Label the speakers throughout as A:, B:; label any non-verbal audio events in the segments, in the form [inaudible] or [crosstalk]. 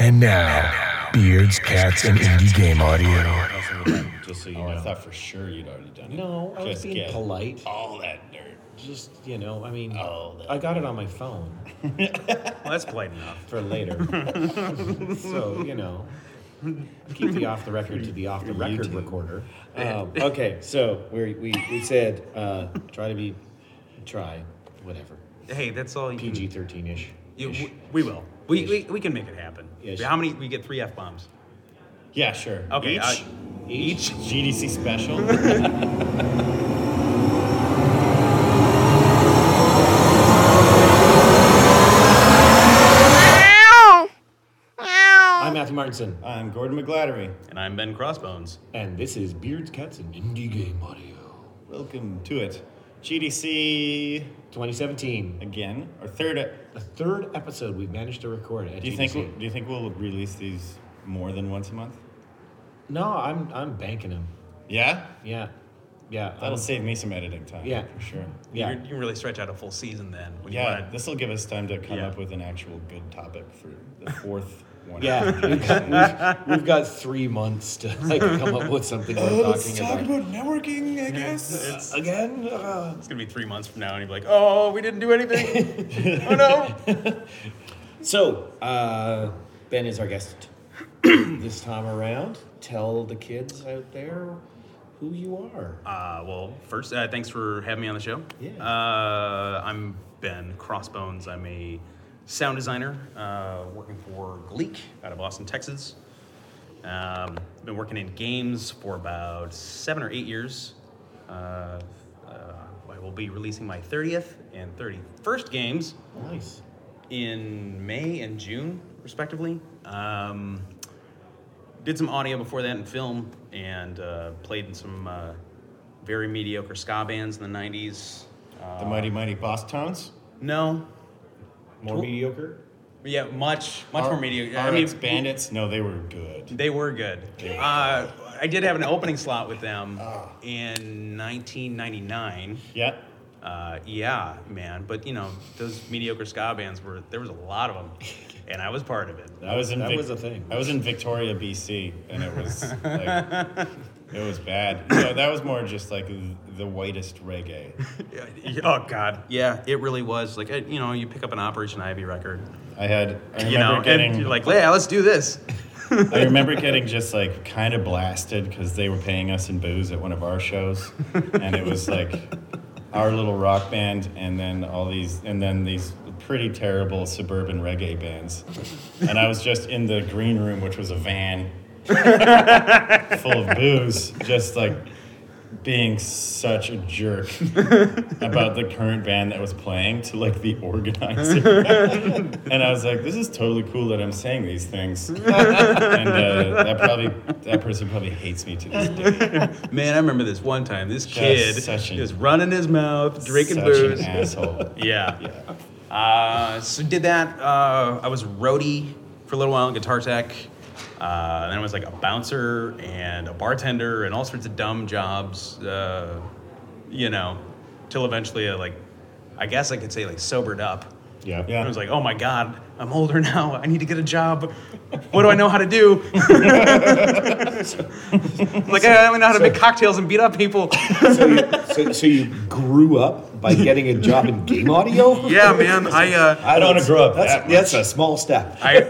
A: And now, Beards, Cats, and Indie Game Audio.
B: [clears throat] Just so you
C: Oh, I
B: know.
C: thought for sure you'd already done it.
B: no, I was
C: Just
B: being
C: get
B: polite.
C: All that dirt.
B: Just you know, I mean,
C: Oh, that-
B: I got it on my phone
D: Well, that's polite enough.
C: [laughs]
B: for later, so you know, keep the off the record to the off the record recorder. Um, okay, so we we we said uh, try to be try whatever
D: Hey, that's all you
B: PG
D: Can,
B: thirteen ish.
D: you, we, we will. We, we, we can make it happen.
B: Ish.
D: How many? We get three f bombs.
C: Yeah, sure.
D: Okay, uh,
C: Each, each
D: I-
C: GDC
B: [laughs]
C: special.
B: I'm Matthew Martinson,
C: I'm Gordon McGlattery.
D: And I'm Ben Crossbones.
B: and this is Beards, Cats, and Indie Game Audio
C: Welcome to it. GDC
B: 2017.
C: again, our third. uh,
B: The third episode we've managed to record. At
C: Do you think?
B: GDC.
C: Do you think we'll release these more than once a month?
B: No, I'm I'm banking them.
C: Yeah,
B: Yeah, yeah.
C: that'll
B: I'm-
C: save me some editing time.
B: Um, Yeah.
C: for sure.
B: Yeah.
D: You're, you can really stretch out a full season then. When you
C: Yeah,
D: wanna,
C: this will give us time to come
D: Yeah.
C: up with an actual good topic for
B: [laughs]
C: the fourth one.
B: Yeah, we've got, we've, we've got three months to like come up with something we're
C: Oh,
B: talking Oh, about.
C: networking, I guess.
D: it's,
B: Again, uh,
D: it's gonna be three months from now, and you'll be like, "Oh, we didn't
C: [laughs]
D: do anything. oh no."
B: so uh, Ben is our guest [clears throat] this time around. Tell the kids out there who you are.
D: Uh, well, first, uh, thanks for having me on the show.
B: Yeah.
D: Uh, I'm Ben Crossbones. I'm a sound designer uh, working for Gleek out of Austin, Texas. Um, been working in games for about seven or eight years. Uh, uh, I will be releasing my 30th and 31st games
B: Nice.
D: in May and June, respectively. Um, did some audio before that in film and uh, played in some uh, very mediocre ska bands in the 90s.
B: Uh,
C: The mighty mighty boss tones.
D: No.
B: More
D: Cool.
B: mediocre.
D: Yeah, much, much more mediocre.
C: RX
D: I mean,
C: bandits. No, they were good.
D: they were good. Ah. Uh, I did have an opening slot with them in 1999.
C: Yeah.
D: Uh, yeah, man. But, you know, those mediocre ska bands were, there was a lot of [laughs] them, and I was part of it.
C: I was in
B: that
C: Vic-
B: was a thing.
C: I was in Victoria, BC, and it was like
B: [laughs]
C: it was bad. No, that was more just like the whitest reggae.
D: Yeah, yeah, oh God. Yeah, it really was. Like uh, you know, you pick up an Operation Ivy record,
C: I had I remember
D: you know, and
C: getting
D: you're like, yeah, let's do this.
C: I remember getting just like kind of blasted because they were paying us in booze at one of our shows, and it was like our little rock band, and then all these, and then these pretty terrible suburban reggae bands, and I was just in the green room, which was a van [laughs] full of booze, just like being such a jerk about the current band that was playing to like the organizer. [laughs] and I was like, this is totally cool that I'm saying these things. and uh, that probably that person probably hates me to this [laughs] day.
D: Man, I remember this one time. This kid
C: such an-
D: is running his mouth, drinking
C: Such
D: booze.
C: an asshole.
D: Yeah.
C: Yeah.
D: Uh, so did that. Uh, I was roadie for a little while in Guitar Tech. Uh, then I was like a bouncer and a bartender and all sorts of dumb jobs. Uh, you know, till eventually I like, I guess I could say like sobered up.
B: Yeah.
C: Yeah.
D: I was like, oh my God, I'm older [laughs] now. I need to get a job. What do I know how to do? [laughs] like, "Eh, I only know how to make cocktails and beat up people.
B: So you, so, so you grew up by getting a job in game audio.
D: yeah, man. I, uh,
C: I don't wanna grow up
B: That's,
C: that
B: that's a small step.
D: I,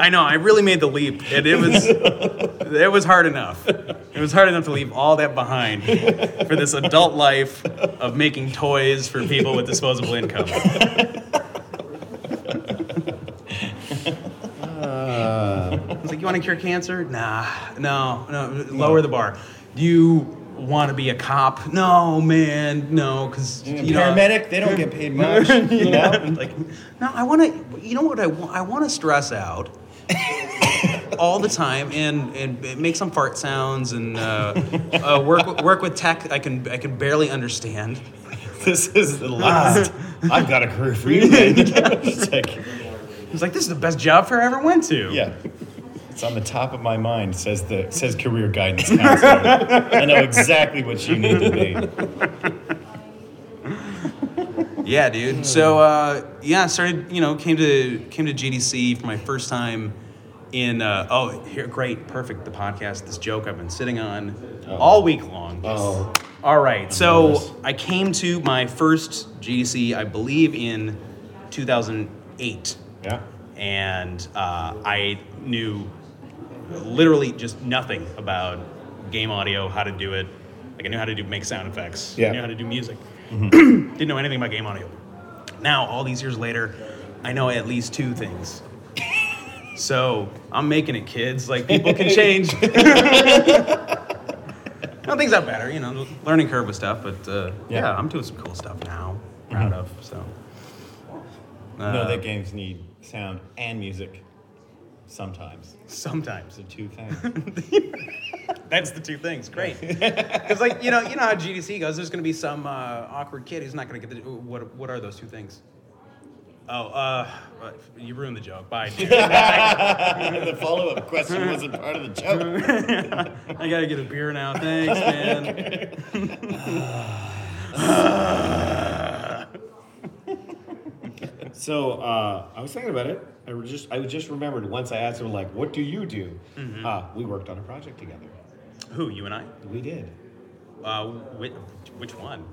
D: I know. I really made the leap, and it was, it was hard enough. It was hard enough to leave all that behind for this adult life of making toys for people with disposable income. It's like, you want to cure cancer? Nah, no, no. Lower the bar. Do you want to be a cop? No, man, no, because you know.
C: Paramedic, they don't get
D: [laughs]
C: paid much. You know?
D: Like, no, I want to. You know what I want? I want to
C: [laughs]
D: stress out all the time and and make some fart sounds and uh, uh, work with- work with tech. I can I can barely understand.
C: This is the last. Ah. I've got a career for you. [laughs] man. it's like,
D: It's like this is the best job fair I ever went to.
C: yeah. It's on the top of my mind, says the says career [laughs] guidance counselor. I know exactly what you need to be.
D: Yeah, dude. So uh, yeah, I started. You know, came to came to GDC for my first time in uh, oh here great perfect the podcast this joke I've been sitting on all week long.
B: Oh.
D: All right, so
C: nervous.
D: I came to my first GDC I believe in 2008,
C: Yeah.
D: and uh, I knew literally just nothing about game audio, how to do it. Like I knew how to do make sound effects.
B: Yeah.
D: I knew how to do music. [clears throat] Didn't know anything about game audio. Now, all these years later, I know at least two things. So I'm making it, kids. Like people can change. no, things got better. You know, the learning curve was tough, but uh, yeah.
C: Yeah.
D: I'm doing some cool stuff now. Proud of. So.
C: no,
D: Uh,
C: that games need sound and music sometimes.
D: Sometimes.
C: The two things. [laughs]
D: That's the two things. Great. [laughs] Because like you know, you know how GDC goes. There's going to be some uh, awkward kid who's not going to get the. What What are those two things? Oh, uh, uh, you ruined the joke. Bye. Dude. [laughs]
C: the follow up question wasn't part of the [laughs] joke.
D: I gotta get a beer now. Thanks, [laughs] man.
B: So uh, I was thinking about it. I was just I just remembered once I asked him like, "What do you do?"
D: Mm-hmm.
B: Uh, we worked on a project together.
D: Who? You and I?
B: We did.
D: Uh, which, which one?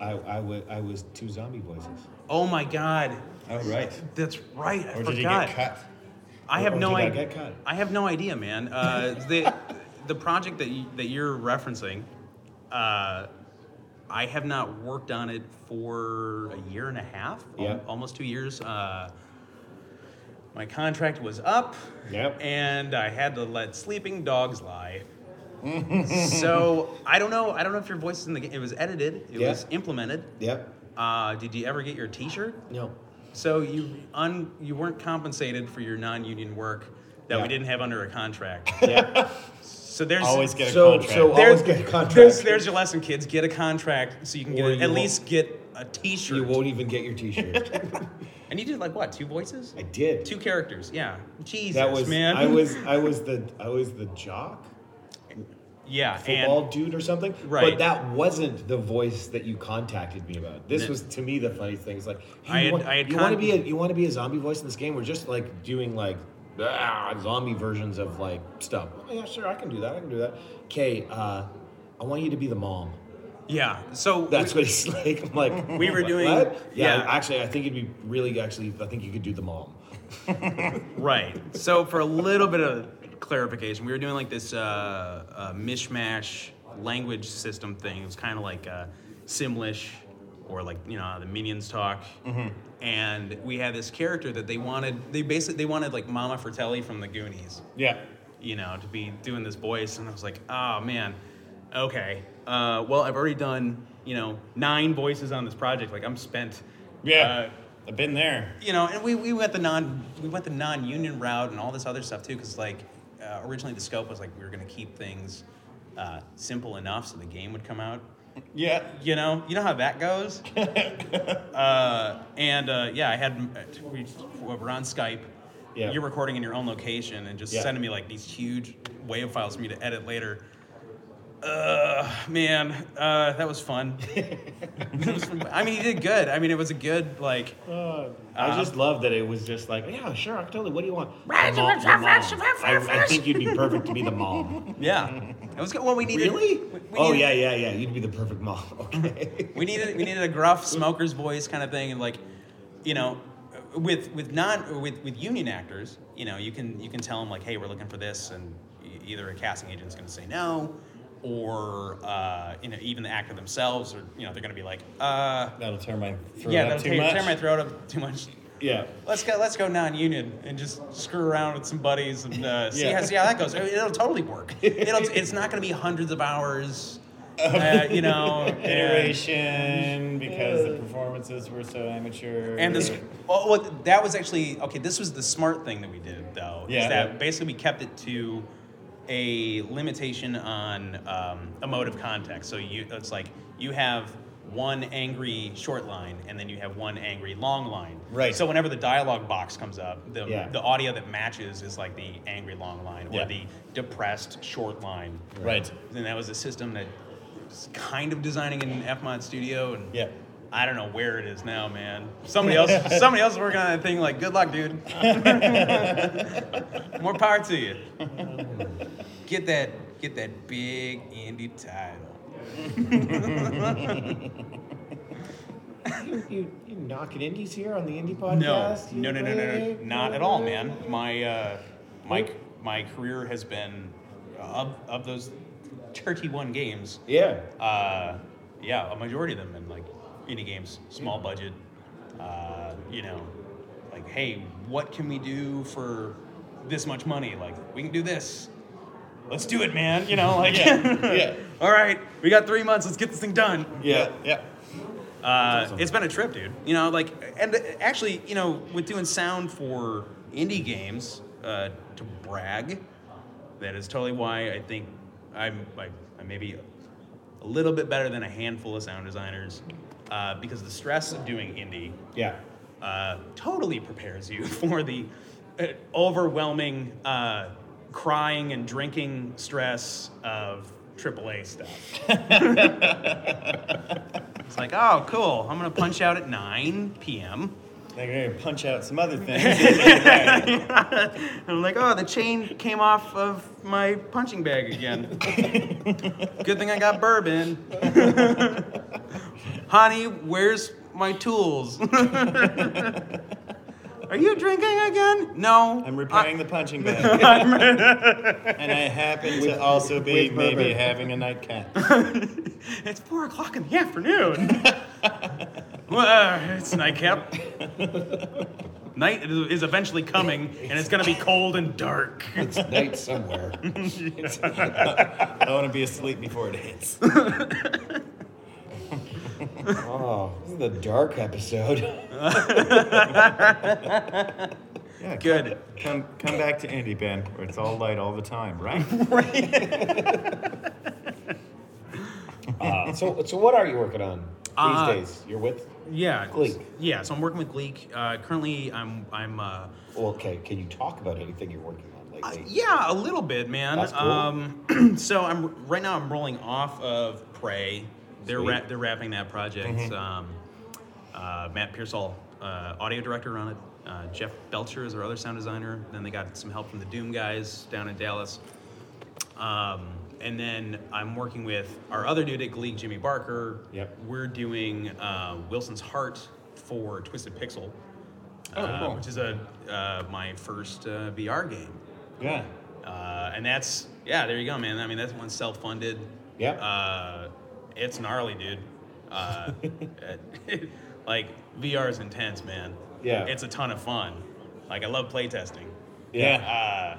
B: I I wa- I was two zombie voices.
D: Oh my God.
C: Oh, right.
D: That's right. I
C: Or did you
D: forgot.
C: get cut?
D: I
B: Or-
D: have
B: or
D: no
B: did I
D: idea.
B: get cut?
D: I have no idea, man.
B: [laughs]
D: Uh, the the project that you, that you're referencing, uh, I have not worked on it for a year and a half. al-
B: Yeah.
D: almost two years. Uh, my contract was up.
B: Yep.
D: And I had to let sleeping dogs
B: [laughs]
D: lie. so I don't know. I don't know if your voice is in the game. It was edited. It
B: Yeah.
D: was implemented.
B: Yep.
D: Uh, did you ever get your T-shirt?
B: No.
D: So you un, you weren't compensated for your non-union work that
B: Yeah.
D: we didn't have under a contract.
B: [laughs] Yeah.
D: So there's
C: Always get a
B: So-
C: contract.
B: so-
D: there's,
B: Always get a contract.
D: There's, there's your lesson, kids. Get a contract so you can get
B: Or
D: a-
B: you
D: at
B: won't-
D: least get a T-shirt.
B: you won't even get your
D: [laughs]
B: T-shirt.
D: And you did like what? Two voices?
B: I did.
D: Two characters? Yeah. Jesus,
B: that was
D: man.
B: I was I was the I was the jock
D: yeah.
B: football
D: And
B: dude or something.
D: Right.
B: But that wasn't the voice that you contacted me about. This
D: No.
B: was to me the funniest thing. It's like hey,
D: I
B: you
D: had-
B: want,
D: I had
B: you want to
D: con-
B: be a you want to be a zombie voice in this game. We're just like doing like ah, zombie versions of like stuff. Oh, yeah, sure, I can do that. I can do that. Okay, uh, I want you to be the mom.
D: yeah. So
B: That's what he's [laughs] like. I'm like
D: We were
B: "What?"
D: doing-
B: Yeah,
D: yeah.
B: actually, I think it'd be really actually. I think you could do the mom.
D: Right. So for a little bit of clarification, we were doing like this uh, uh, mishmash language system thing. It was kind of like uh, Simlish, or like you know how the minions talk. And we had this character that they wanted. They basically they wanted like Mama Fratelli from the Goonies
C: yeah.
D: you know, to be doing this voice. And I was like, oh man, okay. Uh, well, I've already done, you know, nine voices on this project. Like I'm spent.
C: Yeah.
D: Uh,
C: I've been there.
D: you know, and we, we went the non we went the non union route and all this other stuff too, because like uh, originally the scope was like we were gonna keep things uh, simple enough so the game would come out.
C: Yeah.
D: You know, you know how that
B: [laughs]
D: goes. uh, and uh, yeah, I had we we're on Skype.
B: Yeah.
D: You're recording in your own location and just
B: Yeah.
D: sending me like these huge wave files for me to edit later. Uh, man, uh, that was fun. [laughs] It was fun. I mean, he did good. I mean, it was a good like. Um,
B: I just love that it was just like, yeah, sure, I can totally. What do you want? The mom- the mom. I, I think you'd be perfect to be the mom.
D: Yeah, it was good. Well, we needed. We, we
B: oh
D: needed,
B: yeah, yeah, yeah. You'd be the perfect mom. Okay.
D: We needed we needed a gruff smoker's voice kind of thing, and like, you know, with with non with with union actors, you know, you can you can tell them like, hey, we're looking for this, and e- either a casting agent's going to say no, or uh, you know, even the actor themselves, or you know, they're going to be like, uh,
C: That'll turn my throat
D: yeah,
C: up
D: that'll
C: too
D: tear,
C: much.
D: tear my throat up too much.
B: yeah.
D: Let's go. Let's go non-union and just screw around with some buddies and uh, see
C: Yeah.
D: how see how that goes. I mean, It'll totally work. It'll, it's not going to be hundreds of hours. Uh, you know, and,
C: Iteration [laughs] because the performances were so amateur.
D: and this. Well, well, that was actually okay. This was the smart thing that we did, though.
C: Yeah.
D: Is that
C: Yeah.
D: basically we kept it to a limitation on um, emotive context. So you, it's like you have one angry short line, and then you have one angry long line.
C: Right.
D: So whenever the dialogue box comes up, the
B: Yeah.
D: the audio that matches is like the angry long line or
C: Yeah.
D: the depressed short line.
C: Right.
D: And that was a system that was kind of designing in FMOD Studio and
C: Yeah.
D: I don't know where it is now, man. Somebody else, somebody else is working on that thing. Like, good luck, dude. More power to you. Get that, get that big indie title.
B: [laughs] You, you, you knocking indies here on the indie
D: No,
B: podcast?
D: no, no, no, no, no, not at all, man. My, uh, my, my career has been uh, of of those thirty-one games.
B: Yeah.
D: uh, yeah, a majority of them in like indie games, small budget. Uh, you know, like, hey, what can we do for this much money? Like, we can do this. Let's do it, man. You know,
C: [laughs]
D: like, [laughs]
C: yeah.
D: all right, we got three months. Let's get this thing done.
C: Yeah. Yeah.
D: Uh, It's been a trip, dude. You know, like, and actually, you know, with doing sound for indie games, uh, to brag, that is totally why I think I'm like I maybe a little bit better than a handful of sound designers, uh, because the stress of doing indie
B: Yeah.
D: uh, totally prepares you [laughs] for the uh, overwhelming uh, crying and drinking stress of AAA stuff. it's like, oh, cool. I'm gonna punch out at 9 p.m.
C: They're gonna punch out some other
D: [laughs]
C: things.
D: And [laughs] I'm like, oh, the chain came off of my punching bag again. Good thing I got bourbon. Honey, where's my tools? Are you drinking again? No. Uh,
C: I'm repairing the punching
D: [laughs]
C: bag, and I happen to also be
B: with
C: maybe
B: bourbon.
C: having a nightcap.
D: It's four o'clock in the afternoon. well, it's nightcap. Night is eventually coming, and it's gonna be cold and dark.
B: It's night somewhere.
C: I want to be asleep before it hits.
B: oh, this is the dark episode. [laughs]
C: Yeah,
D: Good.
C: Come, come back to Indie Ben, where it's all light all the time, [laughs] right?
B: so, so what are you working on these
D: Uh,
B: days? You're with?
D: Yeah.
B: Gleek.
D: Yeah. So I'm working with Gleek. Uh, currently, I'm I'm. Uh,
B: Well, okay. Can you talk about anything you're working on
D: Uh,
B: lately?
D: yeah, a little bit, man.
B: That's cool.
D: Um, [clears throat] so I'm right now. I'm rolling off of Prey. They're
B: Sweet. Mm-hmm.
D: ra- they're wrapping that project. Um, uh, Matt Pearsall, uh, audio director on it. Uh, Jeff Belcher is our other sound designer. Then they got some help from the Doom guys down in Dallas. Um, and then I'm working with our other dude at Glee, Jimmy Barker.
B: Yep.
D: We're doing uh, Wilson's Heart for Twisted Pixel,
C: Oh,
D: uh,
C: cool.
D: which is a uh, my first uh, VR game.
C: Yeah.
D: Uh, and that's yeah, there you go, man. I mean, that's one self-funded.
B: Yep.
D: Uh, it's gnarly, dude. Uh, [laughs] like VR is intense, man.
B: Yeah.
D: It's a ton of fun. Like I love playtesting.
C: Yeah.
D: Uh,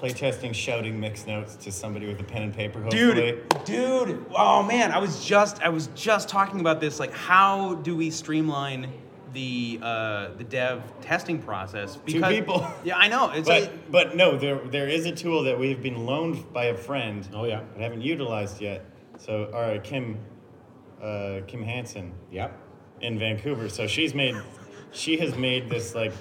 C: Playtesting shouting mixed notes to somebody with a pen and paper, hopefully.
D: dude, dude. Oh man, I was just I was just talking about this. Like, how do we streamline the uh, the dev testing process?
C: people.
D: Yeah, I know. It's like,
C: But, but no, there, there is a tool that we've been loaned by a friend.
B: Oh, yeah.
C: But haven't utilized yet. So, all right, Kim, uh, Kim Hansen
B: Yep.
C: in Vancouver. So she's made, she has made this like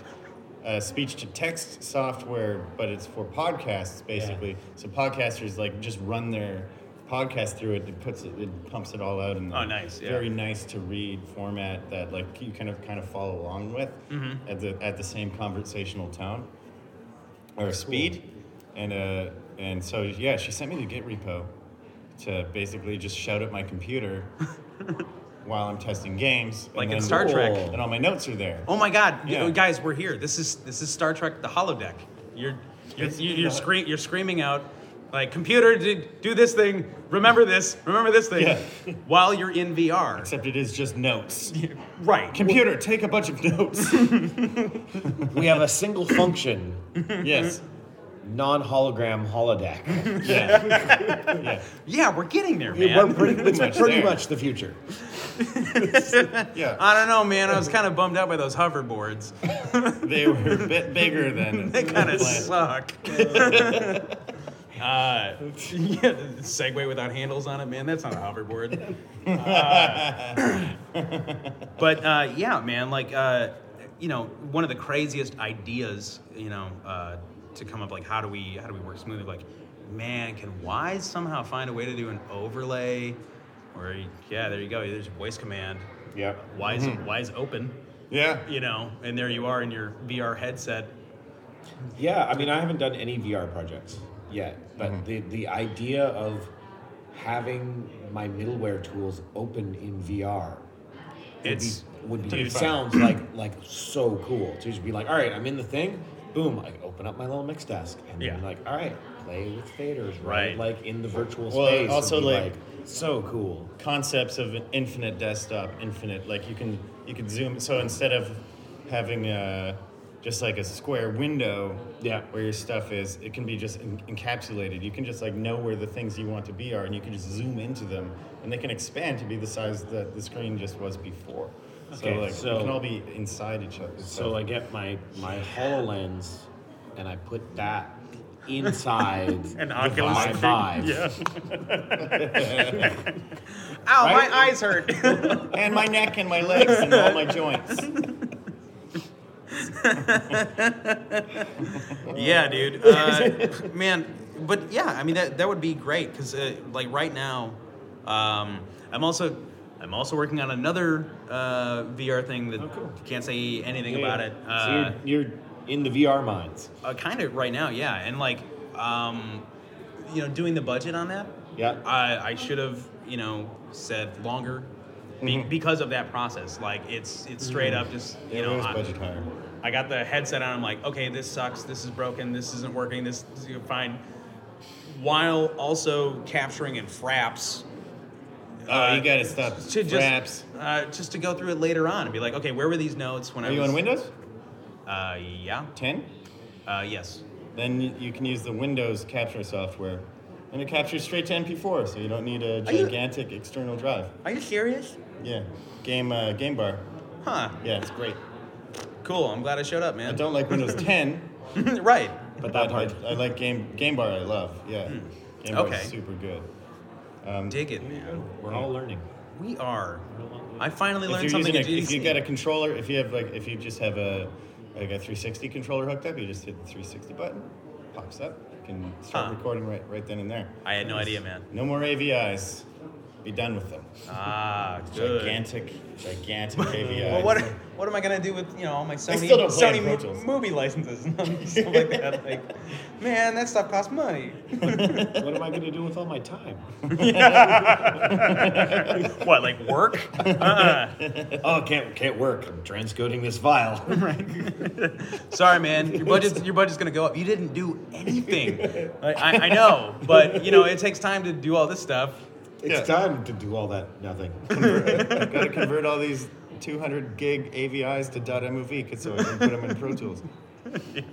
C: uh, speech to text software, but it's for podcasts basically. So podcasters like just run their podcast through it. It puts it, it pumps it all out in the
D: Oh, nice, yeah.
C: very nice to read format that like you kind of kind of follow along with
D: Mm-hmm.
C: at the at the same conversational tone or speed. And uh, and so yeah, she sent me the Git repo to basically just shout at my computer
D: [laughs]
C: while I'm testing games. and
D: Like in
C: then-
D: Star Trek.
B: Cool.
C: And all my notes are there.
D: Oh my God,
C: Yeah.
D: guys, we're here. This is this is Star Trek: The Holodeck. You're you're
C: It's-
D: you're, you're, scree- you're screaming out, like computer, do, do this thing. Remember this. Remember this thing.
C: Yeah.
D: [laughs] While you're in VR.
C: Except it is just
D: [laughs]
C: notes.
D: right.
C: Computer, take a bunch of notes.
B: [laughs]
D: [laughs]
B: We have a single function,
C: yes.
B: non hologram holodeck.
C: Yeah. Yeah.
D: yeah, we're getting there, man.
B: We're pretty, it's
C: much
B: pretty
C: there.
B: much the future.
C: Yeah.
D: I don't know, man. I was kind of bummed out by those hoverboards.
C: They were a bit bigger
D: [laughs]
C: than.
D: They kind of
C: planned.
D: suck. [laughs] uh, yeah, the Segway without handles on it, man. That's not a hoverboard. Uh, but uh, yeah, man, like uh, you know, one of the craziest ideas, you know, uh, to come up like how do we how do we work smoothly? Like, man, can Wise somehow find a way to do an overlay? Or yeah, there you go. There's voice command.
C: Yep.
D: Wise, wise open,
C: Yeah.
D: you know, and there you are in your VR headset.
B: Yeah, I mean, I haven't done any VR projects yet, but the the idea of having my middleware tools open in VR would
D: It's
B: be, would be
C: pretty
B: it
C: fun.
B: sounds like like so cool to just be like, all right, I'm in the thing, boom, I open up my little mix desk, and
D: Yeah.
B: then like, all right, play with faders,
D: Right.
B: right? Like in the virtual
C: Well,
B: space. would
C: also,
B: be,
C: like-
B: so cool.
C: concepts of an infinite desktop, infinite like you can you can zoom. So instead of having uh just like a square window,
B: Yeah.
C: where your stuff is, it can be just en- encapsulated. You can just like know where the things you want to be are, and you can just zoom into them, and they can expand to be the size that the screen just was before.
B: Okay,
C: so like
B: so-
C: we can all be inside each other.
B: So I get my my Hololens, and I put that inside
D: An
B: the
D: Oculus
B: my
D: thing,
B: Vive.
D: yeah. Ow,
B: Right?
D: my eyes
B: [laughs]
D: hurt.
C: [laughs] and my neck and my legs and all my joints.
D: yeah, dude.
B: [laughs]
D: Uh, man, but yeah, I mean that that would be great because uh, like right now, um, I'm also I'm also working on another uh, VR thing that
B: Oh, cool.
D: can't say anything
B: Yeah,
D: about
B: yeah.
D: it. Uh,
B: so you're, you're in the VR minds.
D: uh, kind of right now, yeah, and like um, you know doing the budget on that.
B: Yeah.
D: I, I should have, you know, said longer [laughs] be, because of that process. Like it's it's straight
B: Mm-hmm.
D: up just you
C: Yeah,
D: know
C: where's
D: I-
C: budget higher?
D: I got the headset on. I'm like, okay, this sucks. This is broken. This isn't working. This is fine. While also capturing in fraps.
C: Oh, you gotta stop.
D: To Uh, just,
C: Raps.
D: Uh, just to go through it later on and be like, okay, where were these notes when
C: Are
D: I
C: you
D: was?
C: on Windows?
D: Uh, yeah.
C: Ten.
D: Uh, yes.
C: Then y- you can use the Windows capture software, and it captures straight to MP4, so you don't need a
D: you-
C: gigantic external drive.
D: Are you serious?
C: Yeah, game uh, game bar.
D: Huh.
C: Yeah, it's great.
D: Cool. I'm glad I showed up,
C: I
D: man.
C: don't like Windows 10,
D: [laughs] right.
C: but
B: that
C: that I, I like game game bar. I love. Yeah, game bar
D: Okay.
C: is super good.
D: Dig it, man.
B: We're all learning.
D: We are. I finally
C: If
D: learned
C: you're
D: something.
C: using a,
D: that you
C: if you got
D: didn't see.
C: a controller, if you have like if you just have a like a 360 controller hooked up, you just hit the 360 button, pops up. You can start
D: Huh.
C: recording right right then and there.
D: I had no idea, man.
C: No more AVIs. Be done with them. [laughs]
D: Ah, good.
C: gigantic, gigantic AVI.
D: Well, what [laughs] what am I gonna do with you know all my Sony
C: still don't play
D: Sony
C: in Pro
D: mo-
C: Tools.
D: movie
C: [laughs]
D: licenses and stuff like that? Like, man, that stuff costs money.
B: what am I going to do with all my time?
D: [laughs] What like work?
B: [laughs]
D: [laughs]
B: oh, can't can't work. I'm transcoding this file.
D: Sorry, man. Your budget's your budget's gonna go up. You didn't do anything.
C: [laughs]
D: Like, I, I know, but you know it takes time to do all this stuff.
B: [laughs] It's time to do all that nothing.
C: Got to convert all these 200 gig AVIs to .mov because so I can put them in Pro
D: [laughs]
C: Tools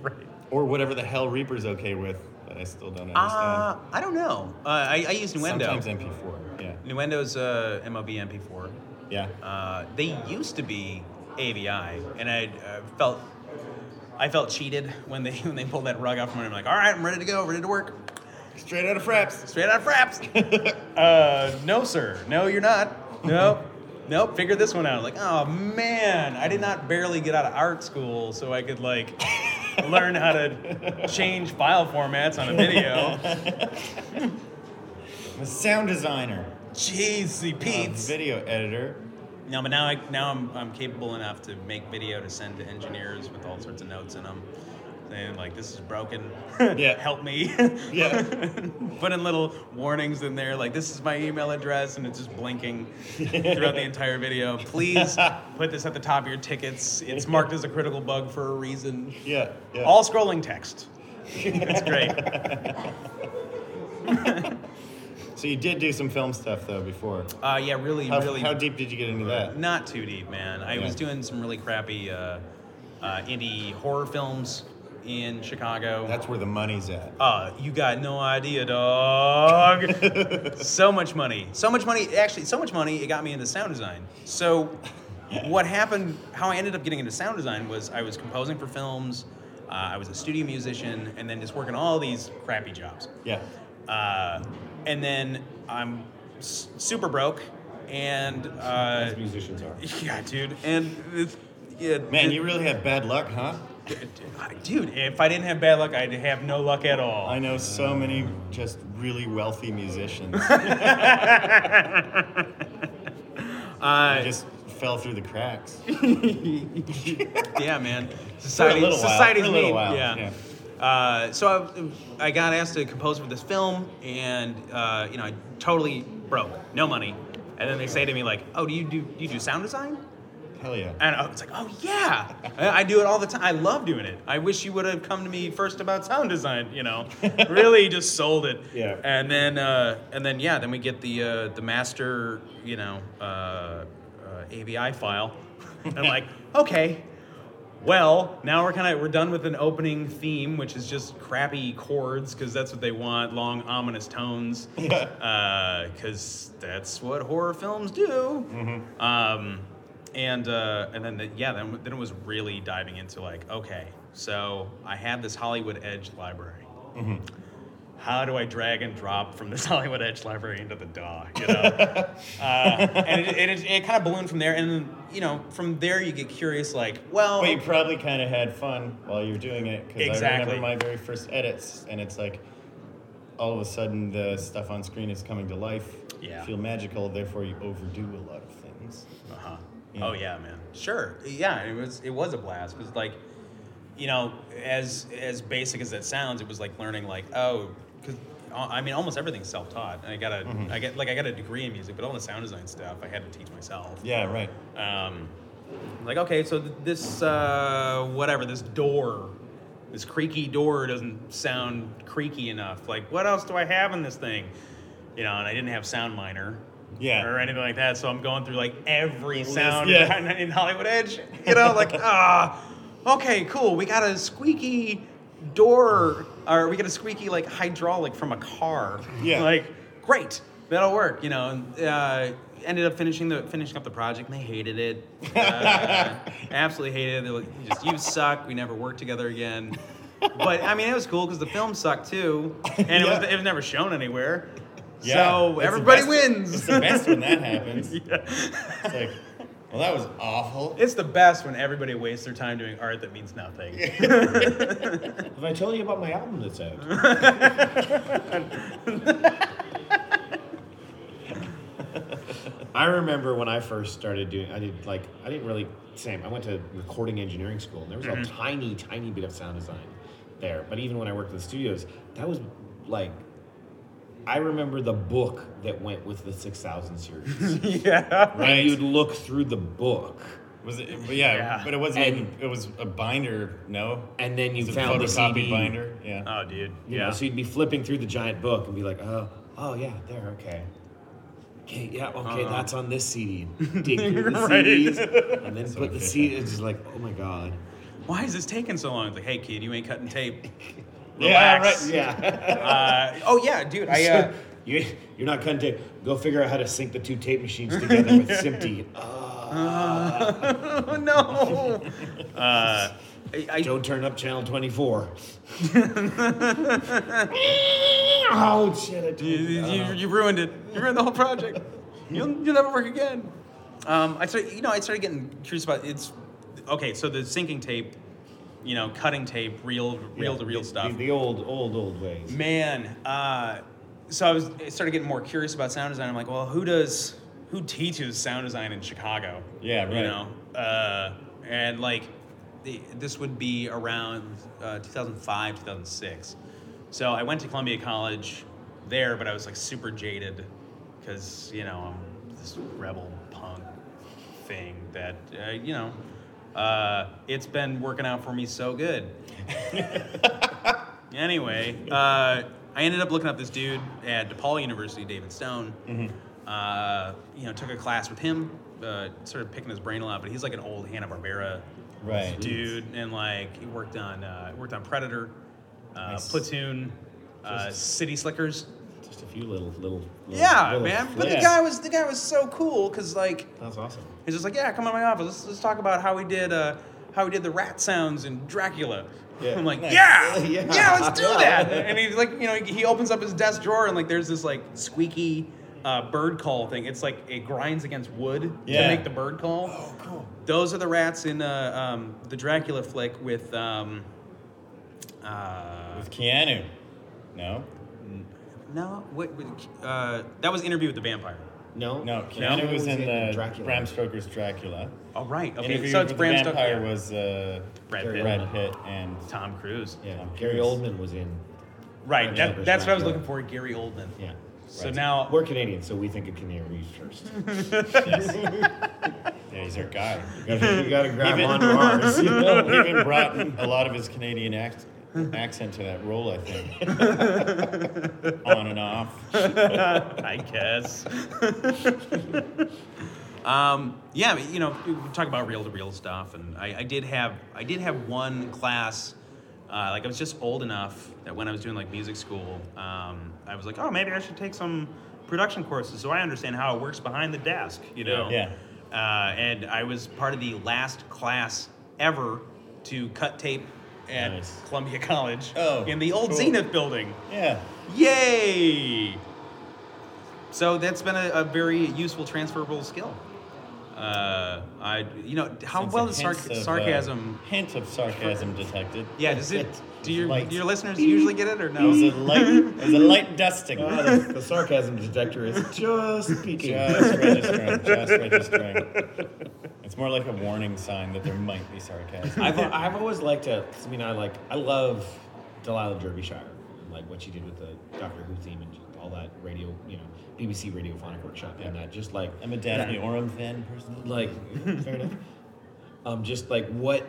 D: Right.
C: or whatever the hell Reaper's okay with that I still don't understand.
D: Uh, I don't know. Uh, I, I use Nuendo.
C: Sometimes MP4. Yeah.
D: Nuendo's uh, MOV MP4.
C: Yeah.
D: Uh, they used to be AVI, and I uh, felt I felt cheated when they [laughs] when they pulled that rug out from under me. Like, all right, I'm ready to go, ready to work,
C: Straight out of Fraps.
D: straight out of fraps. uh, no, sir, no, you're not. Nope, nope. Figure this one out. Like, oh man, I did not barely get out of art school so I could like learn how to change file formats on a video.
C: I'm a sound designer.
D: Jeez,
C: a
D: Pete's.
C: video editor.
D: No, but now I now I'm, I'm capable enough to make video to send to engineers with all sorts of notes in them, saying like this is broken, [laughs]
C: Yeah.
D: help me.
C: [laughs]
D: [laughs]
C: Yeah.
D: Putting little warnings in there like this is my email address and it's just
C: [laughs]
D: blinking throughout the entire video. Please put this at the top of your tickets. It's marked as a critical bug for a reason.
C: Yeah. yeah.
D: All
C: [laughs]
D: scrolling text. It's great.
C: so you did do some film stuff though before.
D: Uh, yeah, really,
C: How,
D: really.
C: how deep did you get into that?
D: Not too deep, man. I
C: Yeah.
D: was doing some really crappy uh, uh, indie horror films in Chicago.
C: That's where the money's at.
D: uh, you got no idea,
C: [laughs]
D: dog. so much money. So much money. Actually, so much money, it got me into sound design. So, what happened, how I ended up getting into sound design was I was composing for films, uh, I was a studio musician, and then just working all these crappy jobs.
C: Yeah.
D: Uh, and then I'm s- super broke, and uh,
B: As musicians are.
D: yeah, dude, and it's, yeah,
C: Man,
D: it-
C: you really have bad luck, huh?
D: dude. If I didn't have bad luck, I'd have no luck at all.
C: I know so many just really wealthy
D: [laughs]
C: musicians.
D: Uh,
C: just fell through the cracks.
D: yeah, man. Society,
C: little while,
D: society's
C: for a little
D: mean.
C: while,
D: Yeah. Uh, so I, I got asked to compose for this film, and uh, you know, I totally broke, no money. And then they say to me like, "Oh, do you do you do sound design?"
C: Hell yeah.
D: And I was like, "Oh yeah, I I do it all the time. I love doing it. I wish you would have come to me first about sound design. You know, really just sold it.
B: Yeah.
D: And then uh, and then yeah, then we get the uh, the master you know uh, uh, AVI file, [laughs] and I'm like, okay, well now we're kind of we're done with an opening theme, which is just crappy chords because that's what they want, long
C: [laughs]
D: ominous tones, because that's what horror films do.
C: Mm-hmm.
D: Um, and uh, and then the, yeah, then, then it was really diving into like, okay, so I have this Hollywood Edge library.
C: Mm-hmm.
D: How do I drag and drop from this [laughs] Hollywood Edge library into the DAW?
C: [laughs]
D: You know, uh, and it, it, it, kind of ballooned from there. And then, you know, from there you get curious, like, well,
C: But you probably kind of had fun while you were doing it because I
D: Exactly.
C: remember my very first edits, and it's like all of a sudden the stuff on screen is coming to life.
D: Yeah.
C: You feel magical, therefore you overdo a lot of things.
D: Uh-huh.
C: Yeah.
D: Oh yeah, man. Sure. Yeah, it was it was a blast because like, you know, as as basic as that sounds, it was like learning like oh, because I mean almost everything's self taught. I got a I get like I got a degree in music, but all the sound design stuff I had to teach myself.
C: Yeah, right.
D: Um, like okay, so th- this uh, whatever this door, this creaky door doesn't sound creaky enough. Like what else do I have in this thing? You know, and I didn't have sound minor.
C: Yeah.
D: Or anything like that. So I'm going through like every sound [laughs]
C: yeah.
D: in- in Hollywood Edge. You know, like [laughs] ah, okay, cool. We got a squeaky door, or we got a squeaky like hydraulic from a car.
C: Yeah.
D: Like great, that'll work. You know, and uh, ended up finishing the finishing up the project. and They hated it. Uh, [laughs] absolutely hated it. They're like, "You just you suck. We never worked together again. But I mean, it was cool because the film sucked too, and it was
C: Yeah.
D: it was never shown anywhere.
C: Yeah. It's
D: so
C: the
D: everybody
C: best-
D: wins.
C: It's the best when that happens.
D: [laughs] Yeah.
C: It's like, well, that was awful.
D: It's the best when everybody wastes their time doing art that
B: [laughs]
D: means nothing.
B: Have I told you about my album that's [laughs] out? I remember when I first started doing. I did like I didn't really same. I went to recording engineering school, and there was a tiny, tiny bit of sound design there. But even when I worked in the studios, that was like. I remember the book that went with the six thousand [laughs] series.
D: [laughs] yeah.
B: And
C: Right.
B: you'd look through the book.
C: Was it? But yeah,
D: Yeah.
C: but it wasn't.
B: And-
C: even- it was a binder. No.
B: And then you
C: It's a
B: found the
C: photocopied
B: CD.
C: binder. Yeah.
D: Oh, dude.
B: You
D: Yeah.
B: know, so you'd be flipping through the giant book and be like, oh, oh yeah, there, okay. Okay, yeah, okay,
D: Uh-huh.
B: that's on this CD.
D: [laughs]
B: Dig through the
D: Right.
B: CDs
D: [laughs]
B: and then put the
C: efficient.
B: CD. It's just like, oh my god.
D: Why is this taking so long? It's like, hey, kid, you ain't
B: [laughs]
D: cutting tape.
C: Yeah,
D: Relax.
C: right.
B: Yeah.
D: Uh, oh, yeah, dude. I, uh,
B: you, you're not cutting tape. Go figure out how to sync the two tape machines together
D: [laughs]
B: with Uh, SMPTE. [laughs]
D: oh, [laughs] no. Uh, I, I,
B: Don't turn up channel
D: [laughs]
B: 24. oh shit! I told
D: You,
B: you.
D: you, you ruined it. You ruined the whole project. You'll, you'll never work again. Um, I started, you know, I started getting curious about it's okay. So the syncing tape, you know, cutting tape, reel, reel to reel
B: The-
D: stuff.
B: The, the old, old, old ways.
D: Man, uh, so I was I started getting more curious about sound design. I'm like, well, who does who teaches sound design in Chicago?
C: Yeah,
D: You
C: right.
D: know, uh, and like the, this would be around uh, 2005, 2006. So I went to Columbia College there, but I was like super jaded because you know I'm this rebel punk thing that uh, you know uh, it's been working out for me so good. Anyway, uh, I ended up looking up this dude at DePaul University, David Stone.
C: Mm-hmm.
D: Uh, you know, took a class with him, uh, sort of picking his brain a lot. But he's like an old Hanna Barbera
C: Right.
D: dude, and like he worked on uh, worked on Predator, uh,
C: Nice.
D: Platoon, uh, City Slickers.
B: Just a few little, little. little
D: Yeah,
B: little
D: man. But the
C: yeah.
D: guy was the guy was so cool because like
B: That's awesome.
D: He's just like, yeah, come on my office. Let's, let's talk about how we did uh, how we did the rat sounds in Dracula.
B: Yeah.
D: I'm like,
C: Nice.
D: yeah,
B: Yeah.
D: yeah, let's do that. And he's like, you know, he he opens up his desk drawer and like, there's this like squeaky uh, bird call thing. It's like it grinds against wood
C: Yeah.
D: to make the bird call.
C: Oh,
D: Uh,
C: cool.
D: Those are the rats in uh, um, the Dracula flick with um, uh,
C: With Keanu. No.
D: no, what, what- uh, that was Interview with the Vampire.
B: No,
C: No, Keanu was in the
B: Dracula.
C: Bram Stoker's Dracula.
D: All right. Okay.
C: Interview
D: so it's
C: with
D: Bram
C: the
D: Stoker.
C: Vampire was uh,
D: Brad Pitt.
C: Brad Pitt
D: [laughs]
C: and
D: Tom Cruise.
B: Yeah,
C: I'm
B: Gary
C: curious.
B: Oldman was in.
D: Right.
B: Yeah.
D: That, that's what I was
B: Yeah.
D: looking for. Gary Oldman.
B: Yeah,
D: So now
B: we're Canadian, so we think of Canadians [laughs] first.
C: yes. yeah, he's our guy.
B: you gotta, you gotta grab
C: Even-
B: onto [laughs] ours. you know?
C: He even brought a lot of his Canadian ac- accent to that role, I
D: [laughs]
C: think. On and off.
D: [laughs] I guess. um, yeah, but, you know, we talk about reel to reel stuff, and I, I did have I did have one class. Uh, like I was just old enough that when I was doing like music school, um, I was like, oh, maybe I should take some production courses so I understand how it works behind the desk, you know.
C: Yeah.
D: Uh, and I was part of the last class ever to cut tape at
B: Nice.
D: Columbia College
C: Oh,
D: in the old
C: cool.
D: Zenith building.
C: Yeah.
D: Yay! So that's been a, a very useful transferable skill. Uh, I, you know, how
C: Sense
D: well
C: of
D: does sar-
C: hints of, uh,
D: sarcasm?
C: hint of sarcasm detected.
D: yeah, does it? Do your
C: Light.
D: your listeners usually get it or
C: It was a
D: no?
C: light, it
D: [laughs]
C: was a light dusting.
B: Ah, the, the sarcasm detector is just peeking.
C: Just registering. Just registering. It's more like a warning sign that there might be sarcasm.
B: I've, [laughs] I've always liked to, cause, I mean, I like, I love Delilah Derbyshire, like what she did with the Doctor Who theme and just all that radio, you know, BBC radiophonic workshop and that. Just like,
C: I'm a Daphne Oram fan personally.
B: like, fair enough. Um, just like what,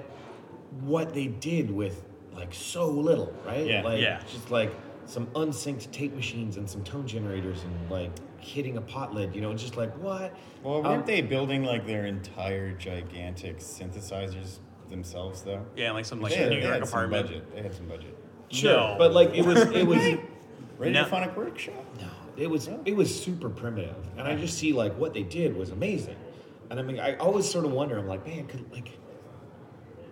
B: what they did with like so little, right?
C: Yeah.
B: Like,
D: Yeah.
B: Just like some unsynced tape machines and some tone generators and like hitting a pot lid, you know, just like what?
C: Well,
B: Um,
C: weren't they building like their entire gigantic synthesizers themselves though?
D: Yeah, like some like
C: they, had-
D: New
C: they
D: York
C: had some
D: apartment.
C: budget. They had some budget.
B: Sure,
D: No.
B: but like it was, it was.
C: Radiophonic workshop.
B: No, it was it was super primitive, and I just see like what they did was amazing, and I mean I always sort of wonder I'm like man could like